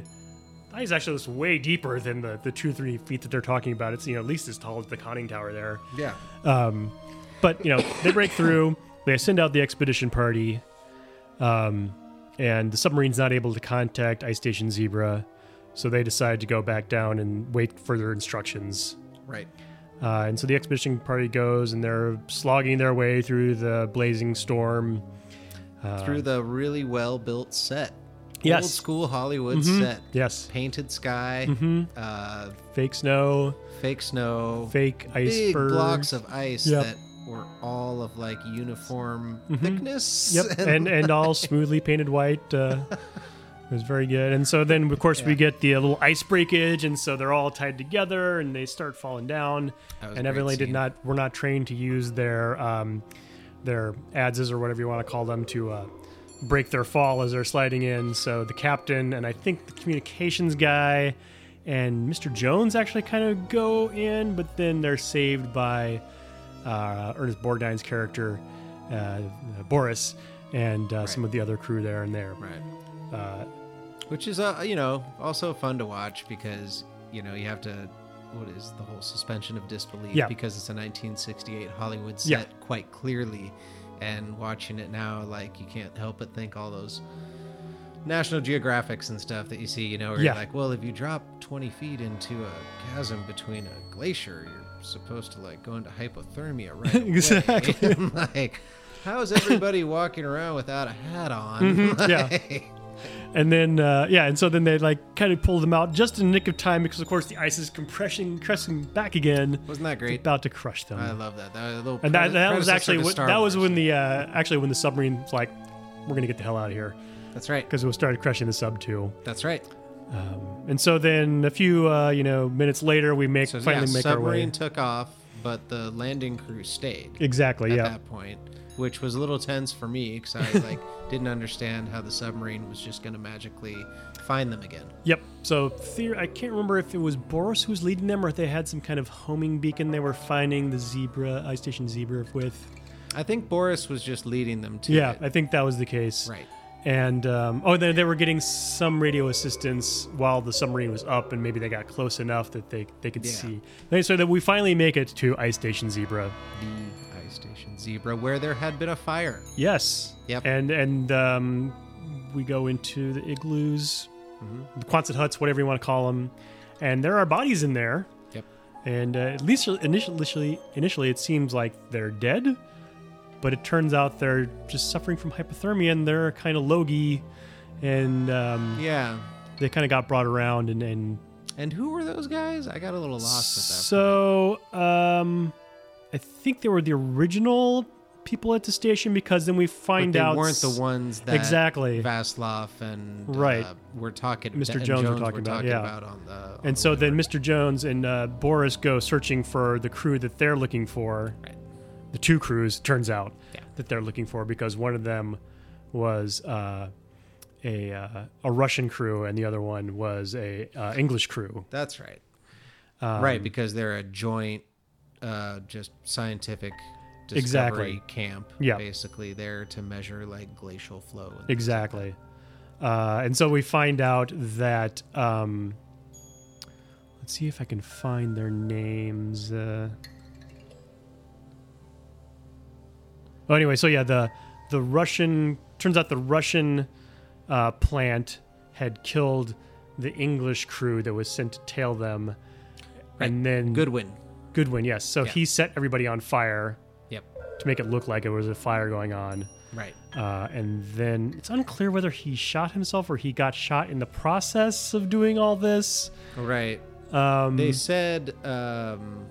Speaker 7: the ice actually looks way deeper than the, the two or three feet that they're talking about. It's you know at least as tall as the conning tower there.
Speaker 8: Yeah.
Speaker 7: But you know they break through. They send out the expedition party, um, and the submarine's not able to contact Ice Station Zebra, so they decide to go back down and wait for their instructions.
Speaker 8: Right.
Speaker 7: Uh, and so the expedition party goes, and they're slogging their way through the blazing storm.
Speaker 8: Through the really well built set.
Speaker 7: Yes. Mm-hmm.
Speaker 8: Old school Hollywood set.
Speaker 7: Yes. Mm-hmm.
Speaker 8: Painted sky, uh,
Speaker 7: Fake snow,
Speaker 8: fake snow,
Speaker 7: fake
Speaker 8: big
Speaker 7: iceberg.
Speaker 8: blocks of ice
Speaker 7: Yep. Mm-hmm.
Speaker 8: that were all of like uniform thickness.
Speaker 7: Yep, and and all smoothly painted white. Uh, It was very good. And so then, of course, we get the uh, little ice breakage, and so they're all tied together, and they start falling down.
Speaker 8: That was a
Speaker 7: And
Speaker 8: great
Speaker 7: evidently, did
Speaker 8: scene.
Speaker 7: not were not trained to use their um, their adses or whatever you want to call them to uh, break their fall as they're sliding in. So the captain and I think the communications guy and Mr. Jones actually kind of go in, but then they're saved by uh, Ernest Borgnine's character, uh, uh, Boris, and uh, some of the other crew there and there.
Speaker 8: Right. Uh, Which is, uh, you know, also fun to watch because, you know, you have to, what is the whole suspension of disbelief?
Speaker 7: Yeah.
Speaker 8: Because it's a 1968 Hollywood set
Speaker 7: Yeah.
Speaker 8: quite clearly. And watching it now, like, you can't help but think all those National Geographics and stuff that you see, you know, where
Speaker 7: Yeah.
Speaker 8: you're like, well, if you drop 20 feet into a chasm between a glacier, you're supposed to, like, go into hypothermia right away.
Speaker 7: Exactly.
Speaker 8: I'm like, how is everybody walking around without a hat on?
Speaker 7: yeah.
Speaker 8: Like-
Speaker 7: And then, uh, yeah, and so then they like kind of pull them out just in the nick of time because, of course, the ice is compressing, compressing back again.
Speaker 8: Wasn't that great?
Speaker 7: About to crush them.
Speaker 8: I love that. That was a little
Speaker 7: and that,
Speaker 8: prede-
Speaker 7: that was
Speaker 8: predecessor
Speaker 7: actually
Speaker 8: to
Speaker 7: what,
Speaker 8: Star
Speaker 7: that was
Speaker 8: Wars.
Speaker 7: when the uh, actually when the submarine was like, we're gonna get the hell out of here
Speaker 8: That's right.
Speaker 7: because it started crushing the sub too.
Speaker 8: That's right.
Speaker 7: And so then a few uh, you know minutes later, we make
Speaker 8: So
Speaker 7: finally
Speaker 8: yeah,
Speaker 7: make our
Speaker 8: submarine
Speaker 7: way.
Speaker 8: took off, but the landing crew stayed
Speaker 7: exactly.
Speaker 8: at
Speaker 7: yeah.
Speaker 8: that point, which was a little tense for me because I like didn't understand how the submarine was just going to magically find them again.
Speaker 7: Yep. So theor- I can't remember if it was Boris who was leading them or if they had some kind of homing beacon they were finding the zebra ice station zebra with.
Speaker 8: I think Boris was just leading them to
Speaker 7: Yeah,
Speaker 8: it.
Speaker 7: I think that was the case.
Speaker 8: right.
Speaker 7: and um, oh, they, they were getting some radio assistance while the submarine was up, and maybe they got close enough that they they could
Speaker 8: Yeah.
Speaker 7: see. They- So that we finally make it to Ice Station Zebra.
Speaker 8: The ice station zebra, where there had been a fire.
Speaker 7: Yes.
Speaker 8: Yep.
Speaker 7: And and um, we go into the igloos, the Quonset huts, whatever you want to call them, and there are bodies in there.
Speaker 8: Yep.
Speaker 7: And uh, at least initially, initially, initially, it seems like they're dead, but it turns out they're just suffering from hypothermia and they're kind of logy, and um,
Speaker 8: Yeah.
Speaker 7: they kind of got brought around and and
Speaker 8: And who were those guys? I got a little lost at that.
Speaker 7: so um i think they were the original people at the station because then we
Speaker 8: But
Speaker 7: find
Speaker 8: they
Speaker 7: out
Speaker 8: weren't the ones that
Speaker 7: Exactly.
Speaker 8: Vaslov and
Speaker 7: Right.
Speaker 8: uh, we're talking
Speaker 7: Mr.
Speaker 8: and
Speaker 7: Jones we're
Speaker 8: were
Speaker 7: talking about, yeah.
Speaker 8: on the on
Speaker 7: and
Speaker 8: the
Speaker 7: so
Speaker 8: way.
Speaker 7: then mr jones and uh, boris go searching for the crew that they're looking for
Speaker 8: Right.
Speaker 7: the two crews turns out
Speaker 8: Yeah.
Speaker 7: that they're looking for because one of them was uh a, uh, a Russian crew and the other one was a uh, English crew.
Speaker 8: that's right
Speaker 7: Um,
Speaker 8: right because they're a joint uh, just scientific discovery
Speaker 7: Exactly.
Speaker 8: camp
Speaker 7: Yeah.
Speaker 8: basically there to measure like glacial flow and
Speaker 7: Exactly. Uh, and so we find out that. Um, let's see if I can find their names. Uh... Oh, anyway, so yeah, the the Russian turns out the Russian uh, plant had killed the English crew that was sent to tail them, and then
Speaker 8: Goodwin
Speaker 7: Goodwin, yes. So
Speaker 8: Yeah.
Speaker 7: he set everybody on fire
Speaker 8: yep
Speaker 7: to make it look like it was a fire going on.
Speaker 8: right
Speaker 7: Uh, and then it's unclear whether he shot himself or he got shot in the process of doing all this.
Speaker 8: right
Speaker 7: Um,
Speaker 8: they said um,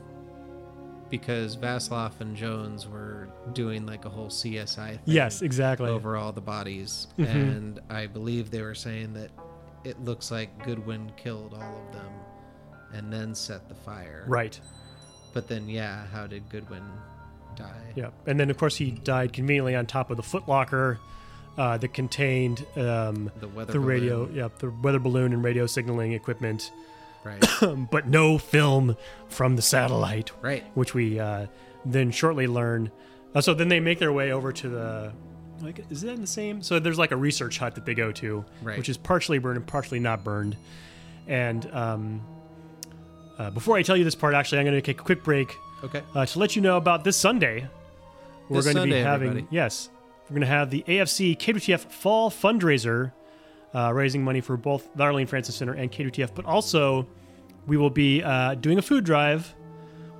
Speaker 8: because Vaslov and Jones were doing like a whole CSI thing
Speaker 7: yes, exactly.
Speaker 8: over all the bodies,
Speaker 7: Mm-hmm.
Speaker 8: and I believe they were saying that it looks like Goodwin killed all of them and then set the fire.
Speaker 7: Right.
Speaker 8: But then, yeah, how did Goodwin die?
Speaker 7: Yeah. And then, of course, he died conveniently on top of the footlocker uh, that contained um,
Speaker 8: The weather
Speaker 7: the radio,
Speaker 8: balloon.
Speaker 7: yep, the weather balloon and radio signaling equipment,
Speaker 8: Right.
Speaker 7: um, but no film from the satellite.
Speaker 8: Right.
Speaker 7: Which we uh, then shortly learn. Uh, so then they make their way over to the. Like, is that in the same? So there's like a research hut that they go to,
Speaker 8: Right.
Speaker 7: which is partially burned and partially not burned. And um, uh, before I tell you this part, actually, I'm going to take a quick break
Speaker 8: Okay.
Speaker 7: uh, to let you know about this Sunday. We're
Speaker 8: This
Speaker 7: going to
Speaker 8: Sunday,
Speaker 7: be having
Speaker 8: everybody.
Speaker 7: yes, we're going to have the AFC KWTF Fall Fundraiser, uh, raising money for both the Arlene Francis Center and KWTF, but also we will be uh, doing a food drive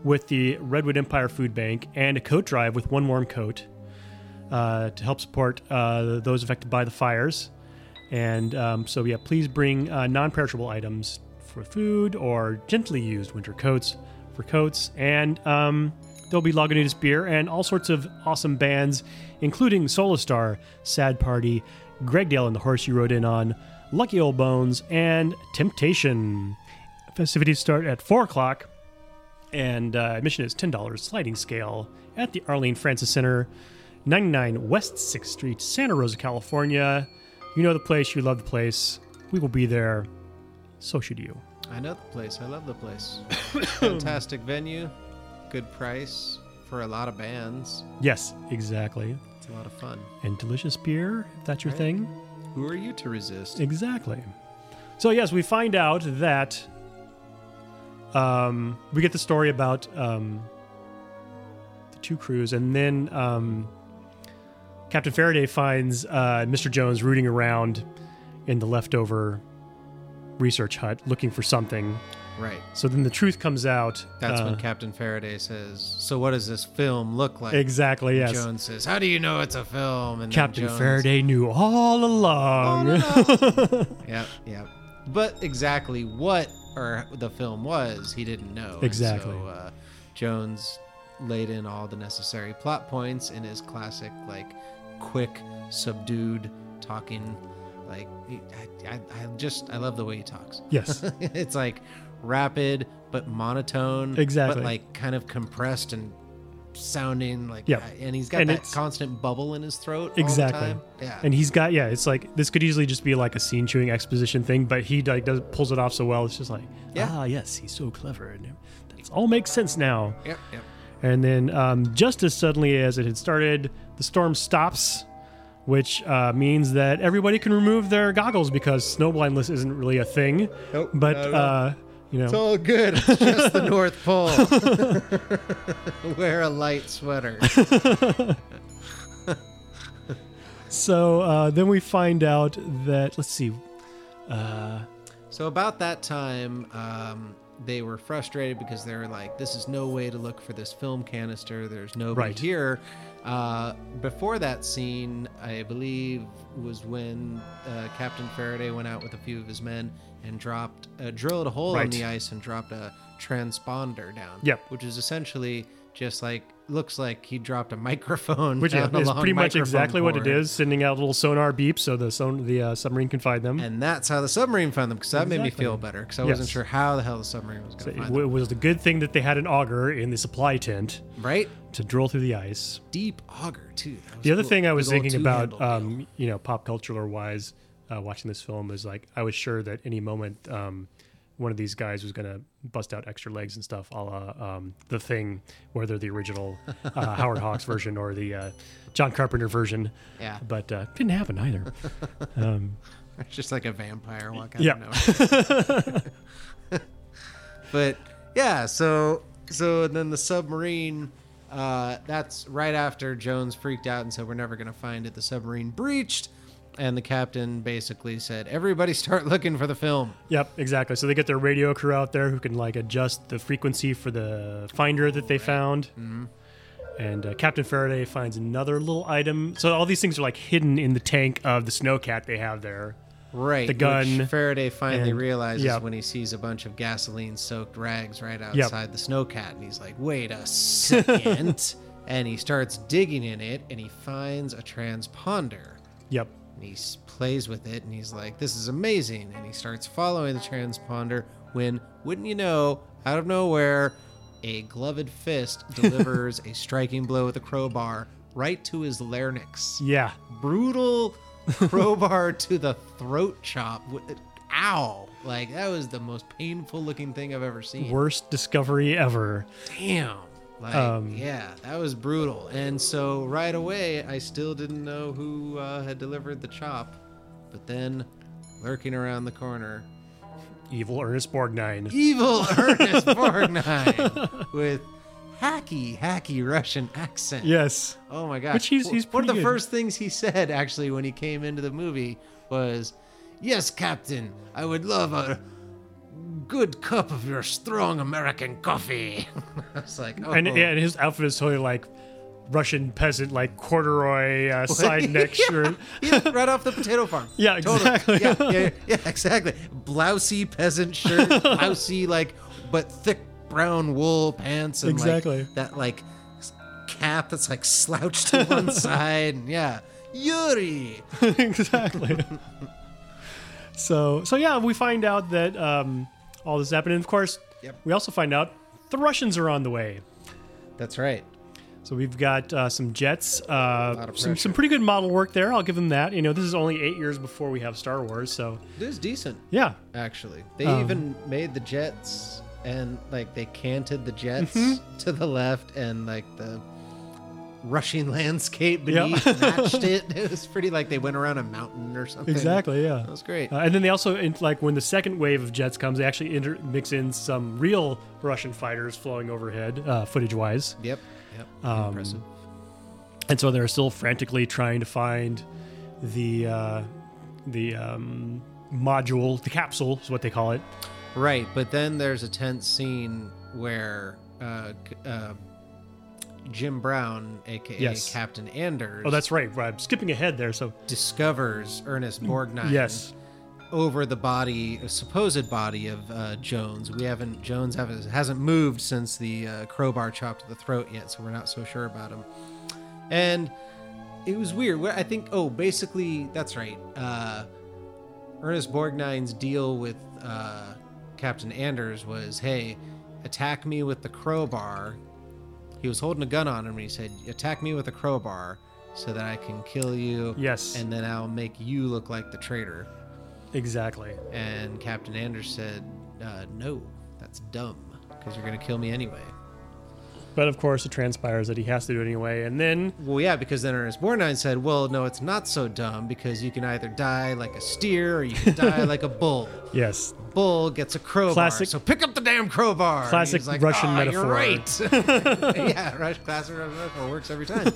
Speaker 7: with the Redwood Empire Food Bank and a coat drive with One Warm Coat uh, to help support uh, those affected by the fires. And um, so, yeah, please bring uh, non perishable items for food or gently used winter coats for coats. And um, there'll be Lagunitas beer and all sorts of awesome bands, including Solastar, Sad Party, Greg Dale and the Horse You Rode In On, Lucky Old Bones, and Temptation. Festivities start at 4 o'clock, and uh, admission is $10 sliding scale at the Arlene Francis Center, 99 West 6th Street, Santa Rosa, California. You know the place, you love the place. We will be there. So should you.
Speaker 8: I know the place. I love the place. Fantastic venue, good price for a lot of bands.
Speaker 7: Yes, exactly.
Speaker 8: It's a lot of fun.
Speaker 7: And delicious beer, if that's your thing.
Speaker 8: Who are you to resist?
Speaker 7: Exactly. So yes, we find out that um, we get the story about um, the two crews, and then um, Captain Faraday finds uh, Mr. Jones rooting around in the leftover research hut looking for something.
Speaker 8: Right.
Speaker 7: So then the truth comes out.
Speaker 8: That's
Speaker 7: uh,
Speaker 8: when Captain Faraday says, "So what does this film look like?"
Speaker 7: exactly yes.
Speaker 8: Jones says, "How do you know it's a film?" And then
Speaker 7: Captain
Speaker 8: Jones-
Speaker 7: Faraday knew all along.
Speaker 8: Yep, yep. But exactly what or the film was, he didn't know. And
Speaker 7: Exactly.
Speaker 8: So, uh, Jones laid in all the necessary plot points in his classic, like, quick, subdued talking. Like, he- I, I, I just, I love the way he talks.
Speaker 7: yes.
Speaker 8: it's like rapid but monotone,
Speaker 7: Exactly.
Speaker 8: But like kind of compressed and sounding like,
Speaker 7: Yep.
Speaker 8: and he's got
Speaker 7: And
Speaker 8: that
Speaker 7: it's-
Speaker 8: constant bubble in his throat.
Speaker 7: exactly
Speaker 8: All the time. Yeah.
Speaker 7: and he's got yeah it's like this could easily just be like a scene chewing exposition thing but he like does pulls it off so well it's just like
Speaker 8: Yeah.
Speaker 7: ah yes he's so clever and that's all makes sense now
Speaker 8: yep, yep.
Speaker 7: and then um, just as suddenly as it had started the storm stops which uh, means that everybody can remove their goggles because snow blindness isn't really a thing
Speaker 8: Nope,
Speaker 7: but
Speaker 8: not at all.
Speaker 7: uh, you know
Speaker 8: It's all good. It's just the North Pole. Wear a light sweater.
Speaker 7: so uh, then we find out that let's see
Speaker 8: So about that time, um, they were frustrated because they were like, "This is no way to look for this film canister. There's nobody
Speaker 7: Right.
Speaker 8: here." Uh, before that scene, I believe was when uh, Captain Faraday went out with a few of his men and dropped, uh, drilled a hole in
Speaker 7: Right.
Speaker 8: the ice and dropped a transponder down.
Speaker 7: Yep.
Speaker 8: Which is essentially just like looks like he dropped a microphone.
Speaker 7: which
Speaker 8: down a
Speaker 7: uh, is
Speaker 8: long
Speaker 7: pretty much
Speaker 8: microphone
Speaker 7: exactly what it
Speaker 8: cord.
Speaker 7: is sending out a little sonar beep so the son- the uh, submarine can find them
Speaker 8: and that's how the submarine found them because that made me
Speaker 7: Exactly.
Speaker 8: feel better because I
Speaker 7: Yes.
Speaker 8: wasn't sure how the hell the submarine was
Speaker 7: So
Speaker 8: going
Speaker 7: it
Speaker 8: to find
Speaker 7: w- it was a good thing that they had an auger in the supply tent
Speaker 8: them. Right,
Speaker 7: to drill through the ice.
Speaker 8: deep auger too. That was
Speaker 7: The other
Speaker 8: cool.
Speaker 7: thing I was
Speaker 8: Big old
Speaker 7: thinking about,
Speaker 8: two-handle deal.
Speaker 7: um, you know, pop cultural wise, uh, watching this film is like I was sure that any moment um, one of these guys was going to bust out extra legs and stuff, a la um, the thing, whether the original uh, Howard Hawks version or the uh, John Carpenter version.
Speaker 8: Yeah.
Speaker 7: but uh, didn't happen either.
Speaker 8: It's just like a vampire walk out
Speaker 7: um, Yeah.
Speaker 8: of nowhere. but yeah, so so and then the submarine. Uh, that's right after Jones freaked out and said, "We're never going to find it." The submarine breached, and the captain basically said, "Everybody start looking for the film."
Speaker 7: Yep, exactly. So they get their radio crew out there who can like adjust the frequency for the finder that they found. And uh, Captain Faraday finds another little item. So all these things are like hidden in the tank of the snowcat they have there.
Speaker 8: Right.
Speaker 7: The
Speaker 8: which
Speaker 7: gun
Speaker 8: Faraday finally
Speaker 7: and-
Speaker 8: realizes
Speaker 7: yep.
Speaker 8: when he sees a bunch of gasoline soaked rags right outside the snowcat and he's like, wait a second. and he starts digging in it and he finds a transponder.
Speaker 7: Yep.
Speaker 8: And he s- plays with it and he's like, this is amazing. And he starts following the transponder when, wouldn't you know, out of nowhere, a gloved fist delivers a striking blow with a crowbar right to his larynx
Speaker 7: Yeah.
Speaker 8: brutal crowbar to the throat chop. with- Ow! Like that was the most painful looking thing I've ever seen.
Speaker 7: Worst discovery ever.
Speaker 8: Damn. Like yeah, that was brutal. And so right away, I still didn't know who uh, had delivered the chop, but then lurking around the corner,
Speaker 7: Evil Ernest Borgnine.
Speaker 8: evil Ernest Borgnine with hacky hacky Russian accent.
Speaker 7: Yes.
Speaker 8: Oh my gosh.
Speaker 7: Which he's-
Speaker 8: W-
Speaker 7: he's
Speaker 8: one of the
Speaker 7: pretty good.
Speaker 8: first things he said actually when he came into the movie was, "Yes, Captain, I would love a good cup of your strong American coffee." I was like, "Oh,
Speaker 7: And, and his outfit is totally like Russian peasant, like corduroy uh, side neck shirt.
Speaker 8: "Oh." yeah, right off the potato farm."
Speaker 7: Yeah, exactly.
Speaker 8: Yeah, yeah, yeah, exactly. Blousy peasant shirt, blousy like, but thick brown wool pants, and
Speaker 7: Exactly.
Speaker 8: like, that like s- cap that's like slouched to one side, and yeah, Yuri.
Speaker 7: exactly. So so yeah, we find out that um, all this happened, and of course, we also find out the Russians are on the way.
Speaker 8: That's right.
Speaker 7: So we've got uh, some jets, uh,
Speaker 8: of
Speaker 7: some, some
Speaker 8: pressure.
Speaker 7: pretty good model work there. I'll give them that. You know, this is only eight years before we have Star Wars, so
Speaker 8: It is decent,
Speaker 7: yeah,
Speaker 8: actually. They
Speaker 7: Um.
Speaker 8: even made the jets and like they canted the jets
Speaker 7: Mm-hmm.
Speaker 8: to the left and like the rushing landscape beneath matched it. It was pretty like they went around a mountain or something.
Speaker 7: exactly, yeah.
Speaker 8: That was great.
Speaker 7: Uh, and then they also in- like when the second wave of jets comes, they actually inter- mix in some real Russian fighters flowing overhead, uh, footage-wise.
Speaker 8: yep. Yep.
Speaker 7: Um,
Speaker 8: Impressive.
Speaker 7: and so they're still frantically trying to find the uh, the um, module, the capsule is what they call it.
Speaker 8: Right, but then there's a tense scene where uh, c- uh, Jim Brown, aka
Speaker 7: Yes.
Speaker 8: Captain Anders,
Speaker 7: Oh, that's right. I'm skipping ahead there. So
Speaker 8: discovers Ernest Borgnine
Speaker 7: yes,
Speaker 8: over the body, a supposed body of uh, Jones. We haven't Jones haven't, hasn't moved since the uh, crowbar chopped the throat yet, so we're not so sure about him. And it was weird. Where I think, oh, basically that's right. Uh, Ernest Borgnine's deal with uh, Captain Anders was, hey, attack me with the crowbar. He was holding a gun on him, and he said, attack me with a crowbar so that I can kill you.
Speaker 7: Yes.
Speaker 8: And then I'll make you look like the traitor.
Speaker 7: exactly.
Speaker 8: And Captain Anders said, uh, no, that's dumb, because you're going to kill me anyway.
Speaker 7: But of course, it transpires that he has to do it anyway. And then
Speaker 8: Well, yeah, because then Ernest Borgnine said, well, no, it's not so dumb, because you can either die like a steer or you can die like a bull.
Speaker 7: yes,
Speaker 8: Bull gets a crowbar,
Speaker 7: Classic-
Speaker 8: so pick up the damn crowbar. And
Speaker 7: Classic
Speaker 8: he's
Speaker 7: Russian
Speaker 8: "Ah,
Speaker 7: metaphor."
Speaker 8: You're right. yeah, Rush, classic Russian metaphor works every time.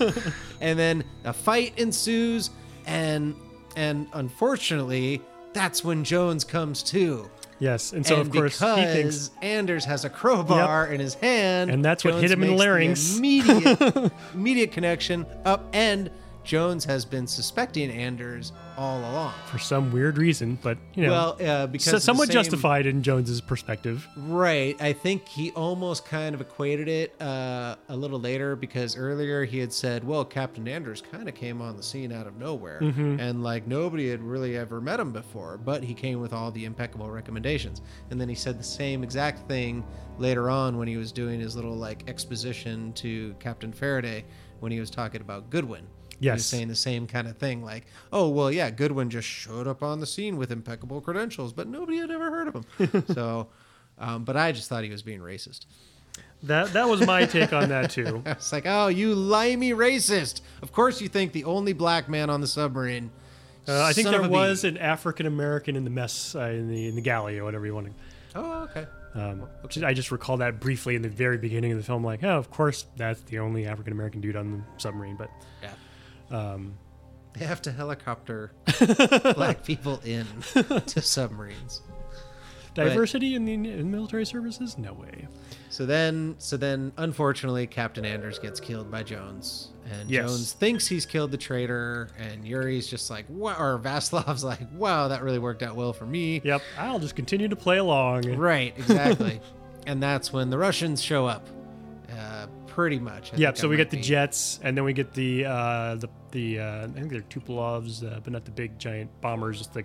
Speaker 8: and then a fight ensues, and and unfortunately, that's when Jones comes to.
Speaker 7: yes, and so
Speaker 8: and
Speaker 7: of course he
Speaker 8: because
Speaker 7: thinks
Speaker 8: Anders has a crowbar in his hand,
Speaker 7: And that's what hit him in the
Speaker 8: makes
Speaker 7: larynx.
Speaker 8: Immediate, immediate connection up, and Jones has been suspecting Anders all along.
Speaker 7: for some weird reason, but you know,
Speaker 8: Well, uh, because
Speaker 7: so-
Speaker 8: of the
Speaker 7: somewhat
Speaker 8: same-
Speaker 7: justified in Jones's perspective.
Speaker 8: Right. I think he almost kind of equated it uh, a little later because earlier he had said, well, Captain Anders kind of came on the scene out of nowhere. And like nobody had really ever met him before, but he came with all the impeccable recommendations. And then he said the same exact thing later on when he was doing his little like exposition to Captain Faraday when he was talking about Goodwin. He was
Speaker 7: Yes.
Speaker 8: saying the same kind of thing like oh well yeah goodwin just showed up on the scene with impeccable credentials but nobody had ever heard of him so um, but i just thought he was being racist
Speaker 7: That that was my take on that too.
Speaker 8: i was like oh you limey racist of course you think the only black man on the submarine
Speaker 7: Uh, I think
Speaker 8: son
Speaker 7: there
Speaker 8: of a
Speaker 7: was
Speaker 8: bee."
Speaker 7: an African American in the mess uh, in the in the galley or whatever you want to.
Speaker 8: oh okay
Speaker 7: Um, just- I just recall that briefly in the very beginning of the film, like, oh, of course, that's the only African American dude on the submarine. But
Speaker 8: yeah um, they have to helicopter black people in to submarines
Speaker 7: diversity in the in military services? No way.
Speaker 8: So then, so then, unfortunately, Captain Anders gets killed by Jones, and
Speaker 7: Yes.
Speaker 8: Jones thinks he's killed the traitor, and Yuri's just like, "Wow," or Vaslov's like, "Wow, that really worked out well for me."
Speaker 7: Yep, I'll just continue to play along.
Speaker 8: Right, exactly. and that's when the Russians show up, uh, pretty much. I
Speaker 7: Yep.
Speaker 8: think
Speaker 7: So
Speaker 8: I
Speaker 7: we
Speaker 8: might
Speaker 7: get the
Speaker 8: be-
Speaker 7: jets, and then we get the uh, the the uh, I think they're Tupolovs, uh, but not the big giant bombers, just the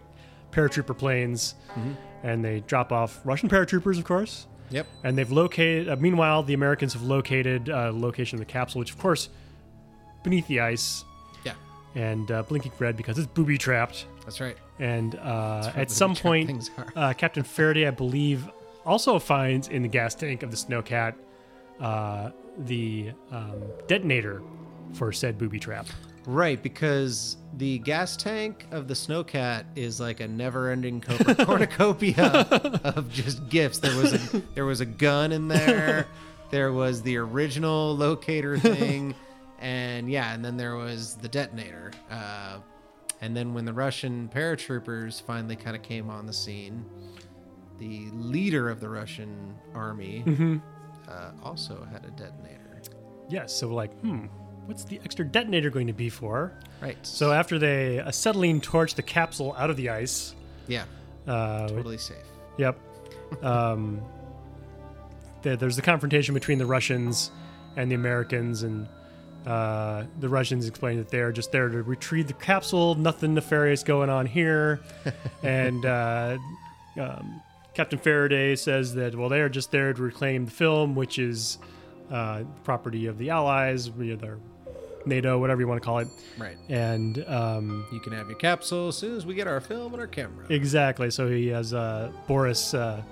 Speaker 7: paratrooper planes,
Speaker 8: Mm-hmm.
Speaker 7: and they drop off Russian paratroopers, of course.
Speaker 8: Yep.
Speaker 7: And they've located. Uh, meanwhile, the Americans have located uh, location of the capsule, which of course beneath the ice
Speaker 8: Yeah,
Speaker 7: and uh, blinking red because it's booby trapped.
Speaker 8: that's right.
Speaker 7: And uh,
Speaker 8: where
Speaker 7: at
Speaker 8: the
Speaker 7: some
Speaker 8: booby trap
Speaker 7: point,
Speaker 8: things are.
Speaker 7: uh, Captain Faraday, I believe, also finds in the gas tank of the Snowcat uh, the um, detonator for said booby trap.
Speaker 8: Right, because the gas tank of the Snowcat is like a never-ending co- cornucopia of just gifts. There was a, there was a gun in there. There was the original locator thing, and yeah, and then there was the detonator. Uh, and then when the Russian paratroopers finally kind of came on the scene, the leader of the Russian army
Speaker 7: Mm-hmm.
Speaker 8: uh, also had a detonator.
Speaker 7: Yes. So we're like, hmm, what's the extra detonator going to be for?
Speaker 8: Right.
Speaker 7: So uh, after they acetylene torch the capsule out of the ice,
Speaker 8: yeah,
Speaker 7: uh,
Speaker 8: totally safe.
Speaker 7: Yep. Um, there, there's the confrontation between the Russians and the Americans, and uh, the Russians explain that they're just there to retrieve the capsule. Nothing nefarious going on here. and uh, um, Captain Faraday says that well, they are just there to reclaim the film, which is uh, property of the Allies, you know, their NATO, whatever you want to call it.
Speaker 8: Right.
Speaker 7: And um,
Speaker 8: You can have your capsule as soon as we get our film and our camera.
Speaker 7: Exactly. So he has uh, Boris uh,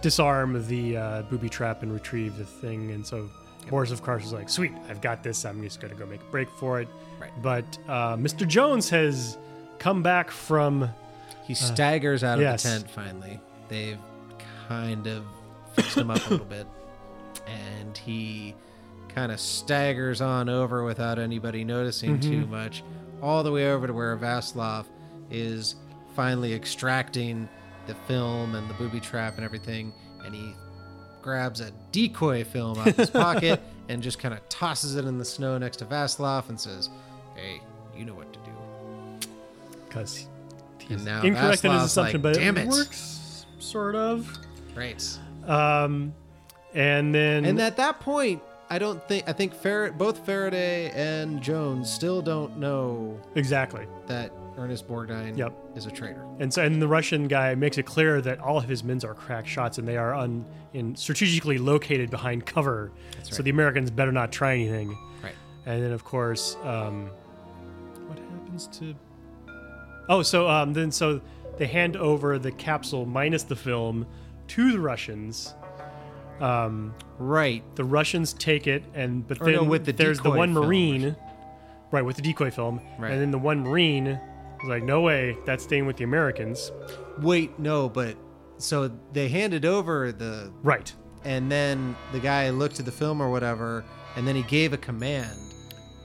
Speaker 7: disarm the uh, booby trap and retrieve the thing, and so Boris, of course, is like, "Sweet, I've got this. I'm just gonna go make a break for it."
Speaker 8: Right.
Speaker 7: But uh, Mr. Jones has come back from
Speaker 8: He staggers out of
Speaker 7: Uh, yes.
Speaker 8: the tent finally. They've kind of fixed him up a little bit. And he kind of staggers on over without anybody noticing too
Speaker 7: Mm-hmm.
Speaker 8: much, all the way over to where Vaslov is finally extracting the film and the booby trap and everything. And he grabs a decoy film out of his pocket and just kind of tosses it in the snow next to Vaslov and says, Hey, you know what to do.
Speaker 7: because
Speaker 8: And now
Speaker 7: incorrect in his
Speaker 8: Vaslov's
Speaker 7: assumption, but
Speaker 8: like, Damn
Speaker 7: it
Speaker 8: it.
Speaker 7: works sort of.
Speaker 8: Right.
Speaker 7: Um, and then
Speaker 8: And at that point, I don't think I think Far- both Faraday and Jones still don't know
Speaker 7: exactly.
Speaker 8: that Ernest Borgnine
Speaker 7: Yep.
Speaker 8: is a traitor.
Speaker 7: And so, and the Russian guy makes it clear that all of his men are crack shots, and they are un, in strategically located behind cover. So
Speaker 8: right.
Speaker 7: the Americans better not try anything.
Speaker 8: Right.
Speaker 7: And then, of course, um, what happens to? Oh, so um, then so they hand over the capsule minus the film to the Russians.
Speaker 8: Right.
Speaker 7: The Russians take it, and but
Speaker 8: Or
Speaker 7: then
Speaker 8: no, with the
Speaker 7: there's the
Speaker 8: decoy
Speaker 7: one
Speaker 8: film or
Speaker 7: Marine, right, with the decoy film,
Speaker 8: Right.
Speaker 7: and then the one Marine is like, "No way, that's staying with the Americans."
Speaker 8: Wait, no, but so they handed over the
Speaker 7: Right.
Speaker 8: and then the guy looked at the film or whatever and then he gave a command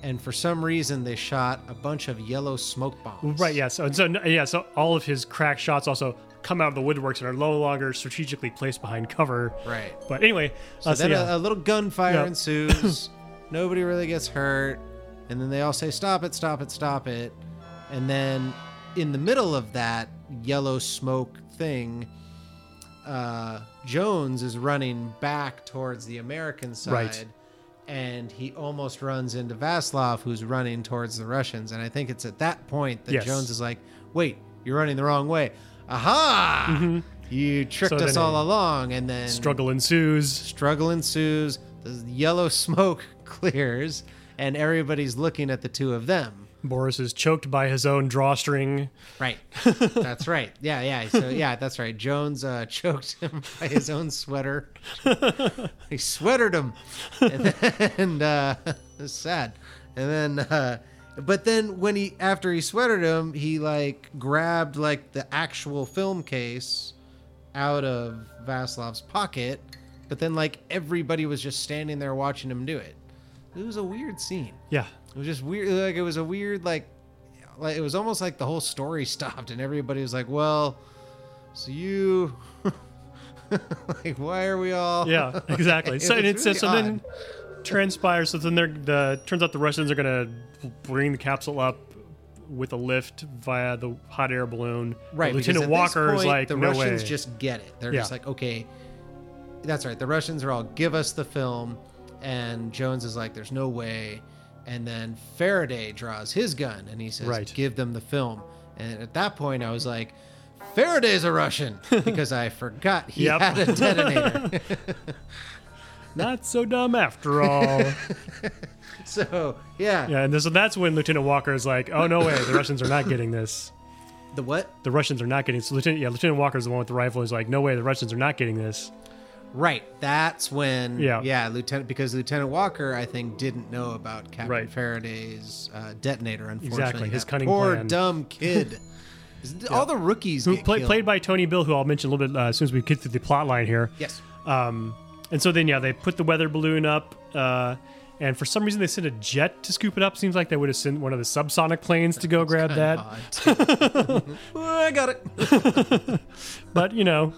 Speaker 8: and for some reason they shot a bunch of yellow smoke bombs.
Speaker 7: Right. Yeah. So, so yeah. So all of his crack shots also come out of the woodworks and are no longer strategically placed behind cover.
Speaker 8: Right.
Speaker 7: But anyway,
Speaker 8: So
Speaker 7: uh, so
Speaker 8: then
Speaker 7: yeah.
Speaker 8: a, a little gunfire
Speaker 7: Yeah.
Speaker 8: ensues. Nobody really gets hurt. And then they all say, stop it, stop it, stop it. And then in the middle of that yellow smoke thing, uh, Jones is running back towards the American side.
Speaker 7: Right.
Speaker 8: And he almost runs into Vaslov, who's running towards the Russians. And I think it's at that point that
Speaker 7: Yes.
Speaker 8: Jones is like, wait, you're running the wrong way. Aha! You tricked
Speaker 7: Mm-hmm. So
Speaker 8: us
Speaker 7: then
Speaker 8: all
Speaker 7: a
Speaker 8: along. And then
Speaker 7: struggle ensues.
Speaker 8: Struggle ensues. The yellow smoke clears, and everybody's looking at the two of them.
Speaker 7: Boris is choked by his own drawstring.
Speaker 8: Right. that's right. Yeah, yeah. So yeah, that's right. Jones uh, choked him by his own sweater. he sweatered him, and, then, and uh, it's sad. And then, uh, but then when he after he sweatered him, he like grabbed like the actual film case out of Vaslov's pocket. But then like everybody was just standing there watching him do it. It was a weird scene.
Speaker 7: Yeah.
Speaker 8: It was just weird. Like it was a weird like, like it was almost like the whole story stopped and everybody was like, "Well, so you, like, why are we all?"
Speaker 7: Yeah. Exactly. so
Speaker 8: It
Speaker 7: and
Speaker 8: was
Speaker 7: it says so
Speaker 8: really
Speaker 7: then transpires. So then they're the turns out the Russians are gonna bring the capsule up with a lift via the hot air balloon.
Speaker 8: Right. because
Speaker 7: Lieutenant
Speaker 8: at this
Speaker 7: Walker is
Speaker 8: point,
Speaker 7: like
Speaker 8: the
Speaker 7: no
Speaker 8: Russians
Speaker 7: way.
Speaker 8: just get it. They're
Speaker 7: Yeah.
Speaker 8: just like, okay, that's right. The Russians are all give us the film, and Jones is like, there's no way. And then Faraday draws his gun and he says,
Speaker 7: Right.
Speaker 8: give them the film. And at that point, I was like, Faraday's a Russian because I forgot he
Speaker 7: Yep.
Speaker 8: had a detonator.
Speaker 7: not so dumb after all.
Speaker 8: So yeah.
Speaker 7: yeah. And so that's when Lieutenant Walker is like, oh no way, the Russians are not getting this.
Speaker 8: the what?
Speaker 7: the Russians are not getting. So Lieutenant, yeah, Lieutenant Walker's the one with the rifle. He's like, no way, the Russians are not getting this.
Speaker 8: Right. That's when
Speaker 7: Yeah.
Speaker 8: Lieutenant because Lieutenant Walker I think didn't know about Captain
Speaker 7: Right.
Speaker 8: Faraday's uh, detonator. Unfortunately,
Speaker 7: Exactly, his
Speaker 8: That
Speaker 7: cunning
Speaker 8: poor
Speaker 7: plan.
Speaker 8: dumb kid. All the rookies
Speaker 7: Who
Speaker 8: get
Speaker 7: play,
Speaker 8: killed.
Speaker 7: played by Tony Bill, who I'll mention a little bit uh, as soon as we get through the plot line here.
Speaker 8: Yes.
Speaker 7: And so then, yeah, they put the weather balloon up, uh, and for some reason they sent a jet to scoop it up. Seems like they would have sent one of the subsonic planes to go grab that.
Speaker 8: Oh, Uh, I got it.
Speaker 7: But you know,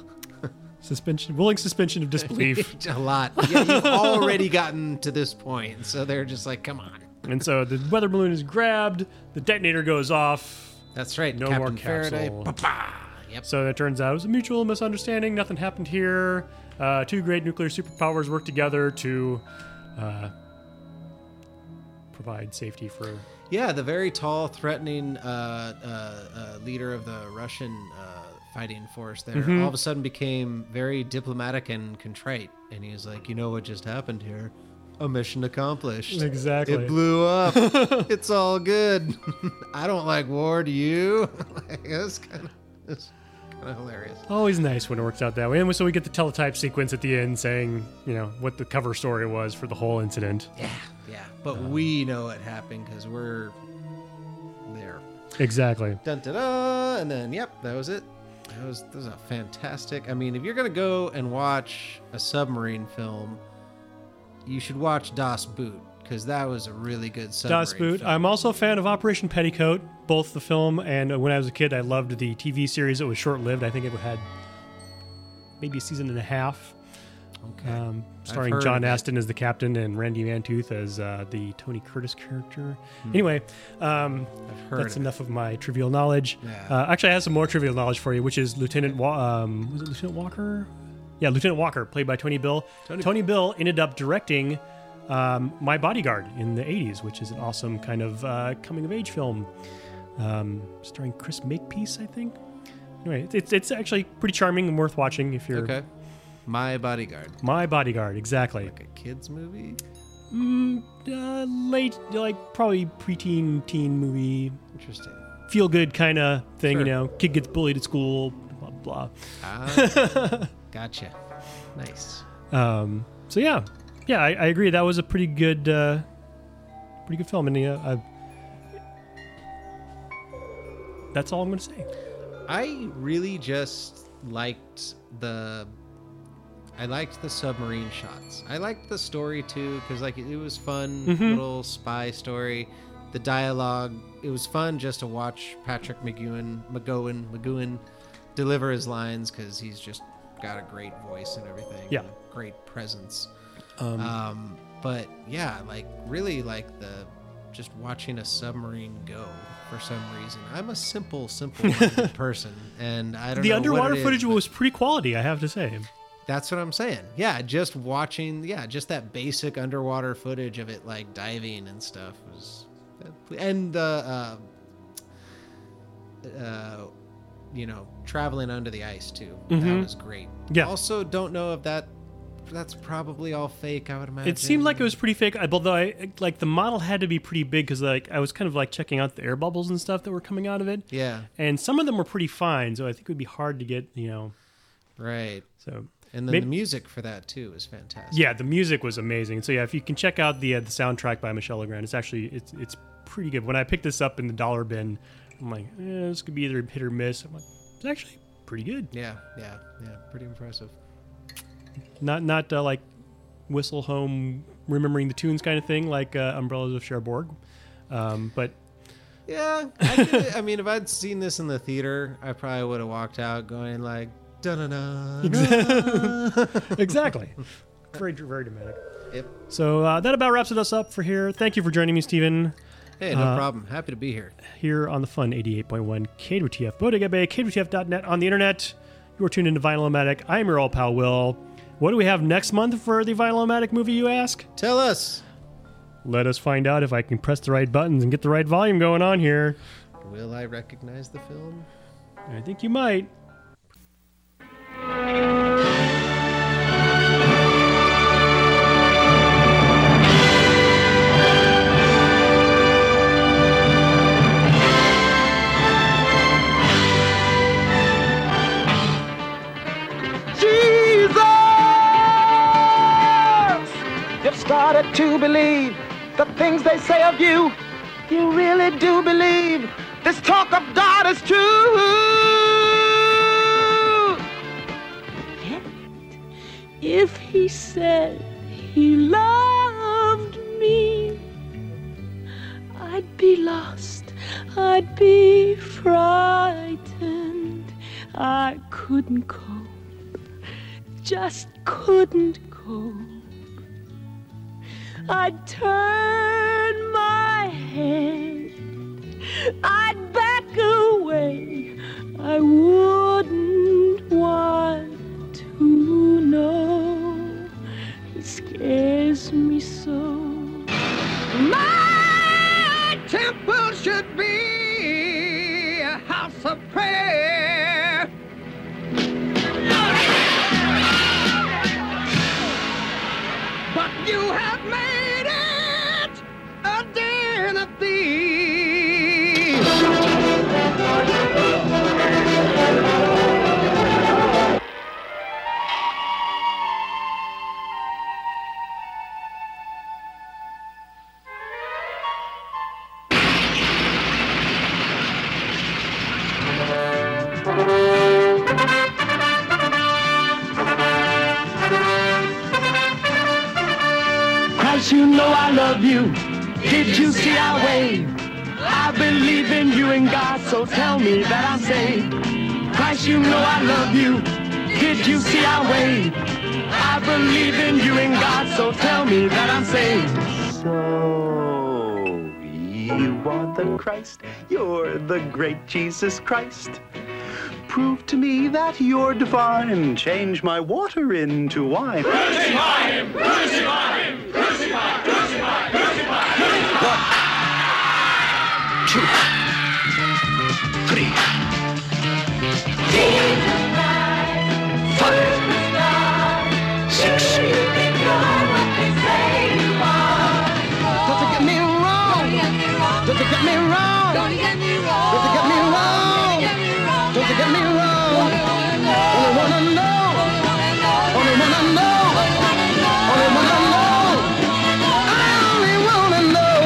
Speaker 7: suspension, willing suspension of disbelief.
Speaker 8: A lot. Yeah, you've already gotten to this point, so they're just like, come on.
Speaker 7: and so the weather balloon is grabbed. The detonator goes off.
Speaker 8: That's right.
Speaker 7: No
Speaker 8: Captain
Speaker 7: more
Speaker 8: Faraday.
Speaker 7: capsule.
Speaker 8: Yep.
Speaker 7: So it turns out it was a mutual misunderstanding. Nothing happened here. Uh, two great nuclear superpowers work together to uh, provide safety for.
Speaker 8: Yeah, the very tall, threatening uh, uh, uh, leader of the Russian uh, fighting force there all of a sudden became very diplomatic and contrite. And he was like, You know what just happened here? A mission accomplished.
Speaker 7: Exactly.
Speaker 8: It blew up. it's all good. I don't like war, do you? like, it's kind of it's kind of hilarious.
Speaker 7: Always nice when it works out that way. And so we get the teletype sequence at the end saying, you know, what the cover story was for the whole incident.
Speaker 8: Yeah, yeah. But we know it happened because we're there.
Speaker 7: Exactly.
Speaker 8: Dun, dun, dun, and then, yep, that was it. That was, that was a fantastic. I mean, if you're going to go and watch a submarine film, you should watch Das Boot because that was a really good submarine.
Speaker 7: Das Boot.
Speaker 8: film.
Speaker 7: I'm also a fan of Operation Petticoat, both the film and uh, when I was a kid, I loved the TV series. It was short lived. I think it had maybe a season and a half.
Speaker 8: Okay.
Speaker 7: um,
Speaker 8: I've
Speaker 7: starring
Speaker 8: heard
Speaker 7: John
Speaker 8: of it.
Speaker 7: Aston as the captain and Randy Mantooth as uh, the Tony Curtis character. Anyway, um,
Speaker 8: Hmm. heard
Speaker 7: that's
Speaker 8: of
Speaker 7: enough of my trivial knowledge.
Speaker 8: Yeah.
Speaker 7: Uh, actually, I have some more trivial knowledge for you, which is Lieutenant Wa- um, was it Lieutenant Walker? Yeah, Lieutenant Walker, played by Tony Bill. Tony, Bill ended up directing um, My Bodyguard in the '80s, which is an awesome kind of uh, coming-of-age film um, starring Chris Makepeace, I think. Anyway, it's- it's it's actually pretty charming and worth watching if you're
Speaker 8: Okay. My Bodyguard.
Speaker 7: My Bodyguard. Exactly.
Speaker 8: Like a kids movie?
Speaker 7: uh, late, like probably preteen, teen movie,
Speaker 8: Interesting.
Speaker 7: feel good kind of thing. You
Speaker 8: Sure.
Speaker 7: know, kid gets bullied at school, blah blah.
Speaker 8: Ah. Gotcha. Nice.
Speaker 7: Um, so yeah, yeah, I, I agree. That was a pretty good, uh, pretty good film, and uh, I, that's all I'm gonna say.
Speaker 8: I really just liked the I liked the submarine shots. I liked the story too cuz like it was fun
Speaker 7: Mm-hmm.
Speaker 8: little spy story. The dialogue, it was fun just to watch Patrick McGowan, McGowan, McGowan deliver his lines cuz he's just got a great voice and everything.
Speaker 7: Yeah.
Speaker 8: and a Great presence. Um, but yeah, like really like the just watching a submarine go for some reason. I'm a simple, simple person, and I don't.
Speaker 7: The
Speaker 8: know what
Speaker 7: underwater
Speaker 8: it is,
Speaker 7: footage
Speaker 8: but
Speaker 7: was pretty quality, I have to say.
Speaker 8: That's what I'm saying. Yeah, just watching. Yeah, just that basic underwater footage of it, like diving and stuff, was, and the, uh, uh, you know, traveling under the ice too. That was great.
Speaker 7: Mm-hmm. Yeah.
Speaker 8: Also, don't know if that. That's probably all fake. I would imagine.
Speaker 7: It seemed like it was pretty fake, I- although I like the model had to be pretty big because like I was kind of like checking out the air bubbles and stuff that were coming out of it.
Speaker 8: Yeah.
Speaker 7: and some of them were pretty fine. So I think it would be hard to get, you know.
Speaker 8: Right.
Speaker 7: So
Speaker 8: And then
Speaker 7: Maybe-
Speaker 8: the music for that too is fantastic.
Speaker 7: yeah, the music was amazing. So yeah, if you can check out the uh, the soundtrack by Michelle Legrand, it's actually it's it's pretty good. When I picked this up in the dollar bin, I'm like, eh, this could be either hit or miss. I'm like, it's actually pretty good.
Speaker 8: Yeah, yeah, yeah. Pretty impressive.
Speaker 7: Not not uh, like whistle home remembering the tunes kind of thing like uh, Umbrellas of Cherbourg, um, but
Speaker 8: Yeah, I, could- I mean, if I'd seen this in the theater, I probably would have walked out going like, da da da.
Speaker 7: exactly. Very, very dramatic.
Speaker 8: Yep.
Speaker 7: So uh, that about wraps it us up for here. Thank you for joining me, Stephen.
Speaker 8: Hey, no problem. Happy to be here.
Speaker 7: here on the Fun 88.1 KWTF Bodega Bay, KWTF.net on the internet. You're tuned into Vinyl Omatic. I'm your old pal Will. What do we have next month for the Vinyl Omatic movie, you ask?
Speaker 8: Tell us.
Speaker 7: Let us find out if I can press the right buttons and get the right volume going on here.
Speaker 8: Will I recognize the film?
Speaker 7: I think you might.
Speaker 5: You've started to believe the things they say of you. You really do believe this talk of God is true.
Speaker 9: yet if he said he loved me i'd be lost i'd be frightened i couldn't cope just couldn't cope i'd turn my head i'd back away i wouldn't want to know. He scares me so. My You have made it a den of thieves. Christ, you know I love you. Did you see I wave? I believe in you and God, so tell me that I'm saved. Christ, you know I love you. Did you see I wave? I believe in you and God, so tell me that I'm saved. So you are the Christ. You're the great Jesus Christ. Prove to me that you're divine. Change my water into wine. Don't get me wrong. Don't get me wrong. Don't get me wrong. Don't get me wrong. Don't get me wrong. Only wanna know. Only wanna know. Only wanna know. I only wanna know.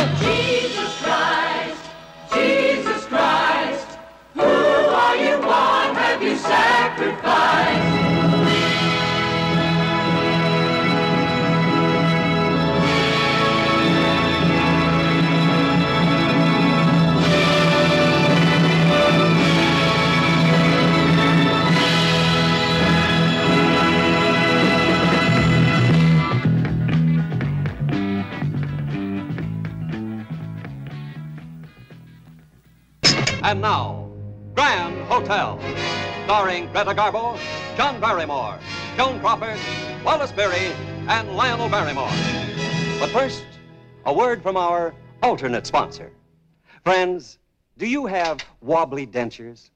Speaker 1: And now, Grand Hotel, starring Greta Garbo, John Barrymore, Joan Crawford, Wallace Beery, and Lionel Barrymore. But first, a word from our alternate sponsor. Friends, do you have wobbly dentures?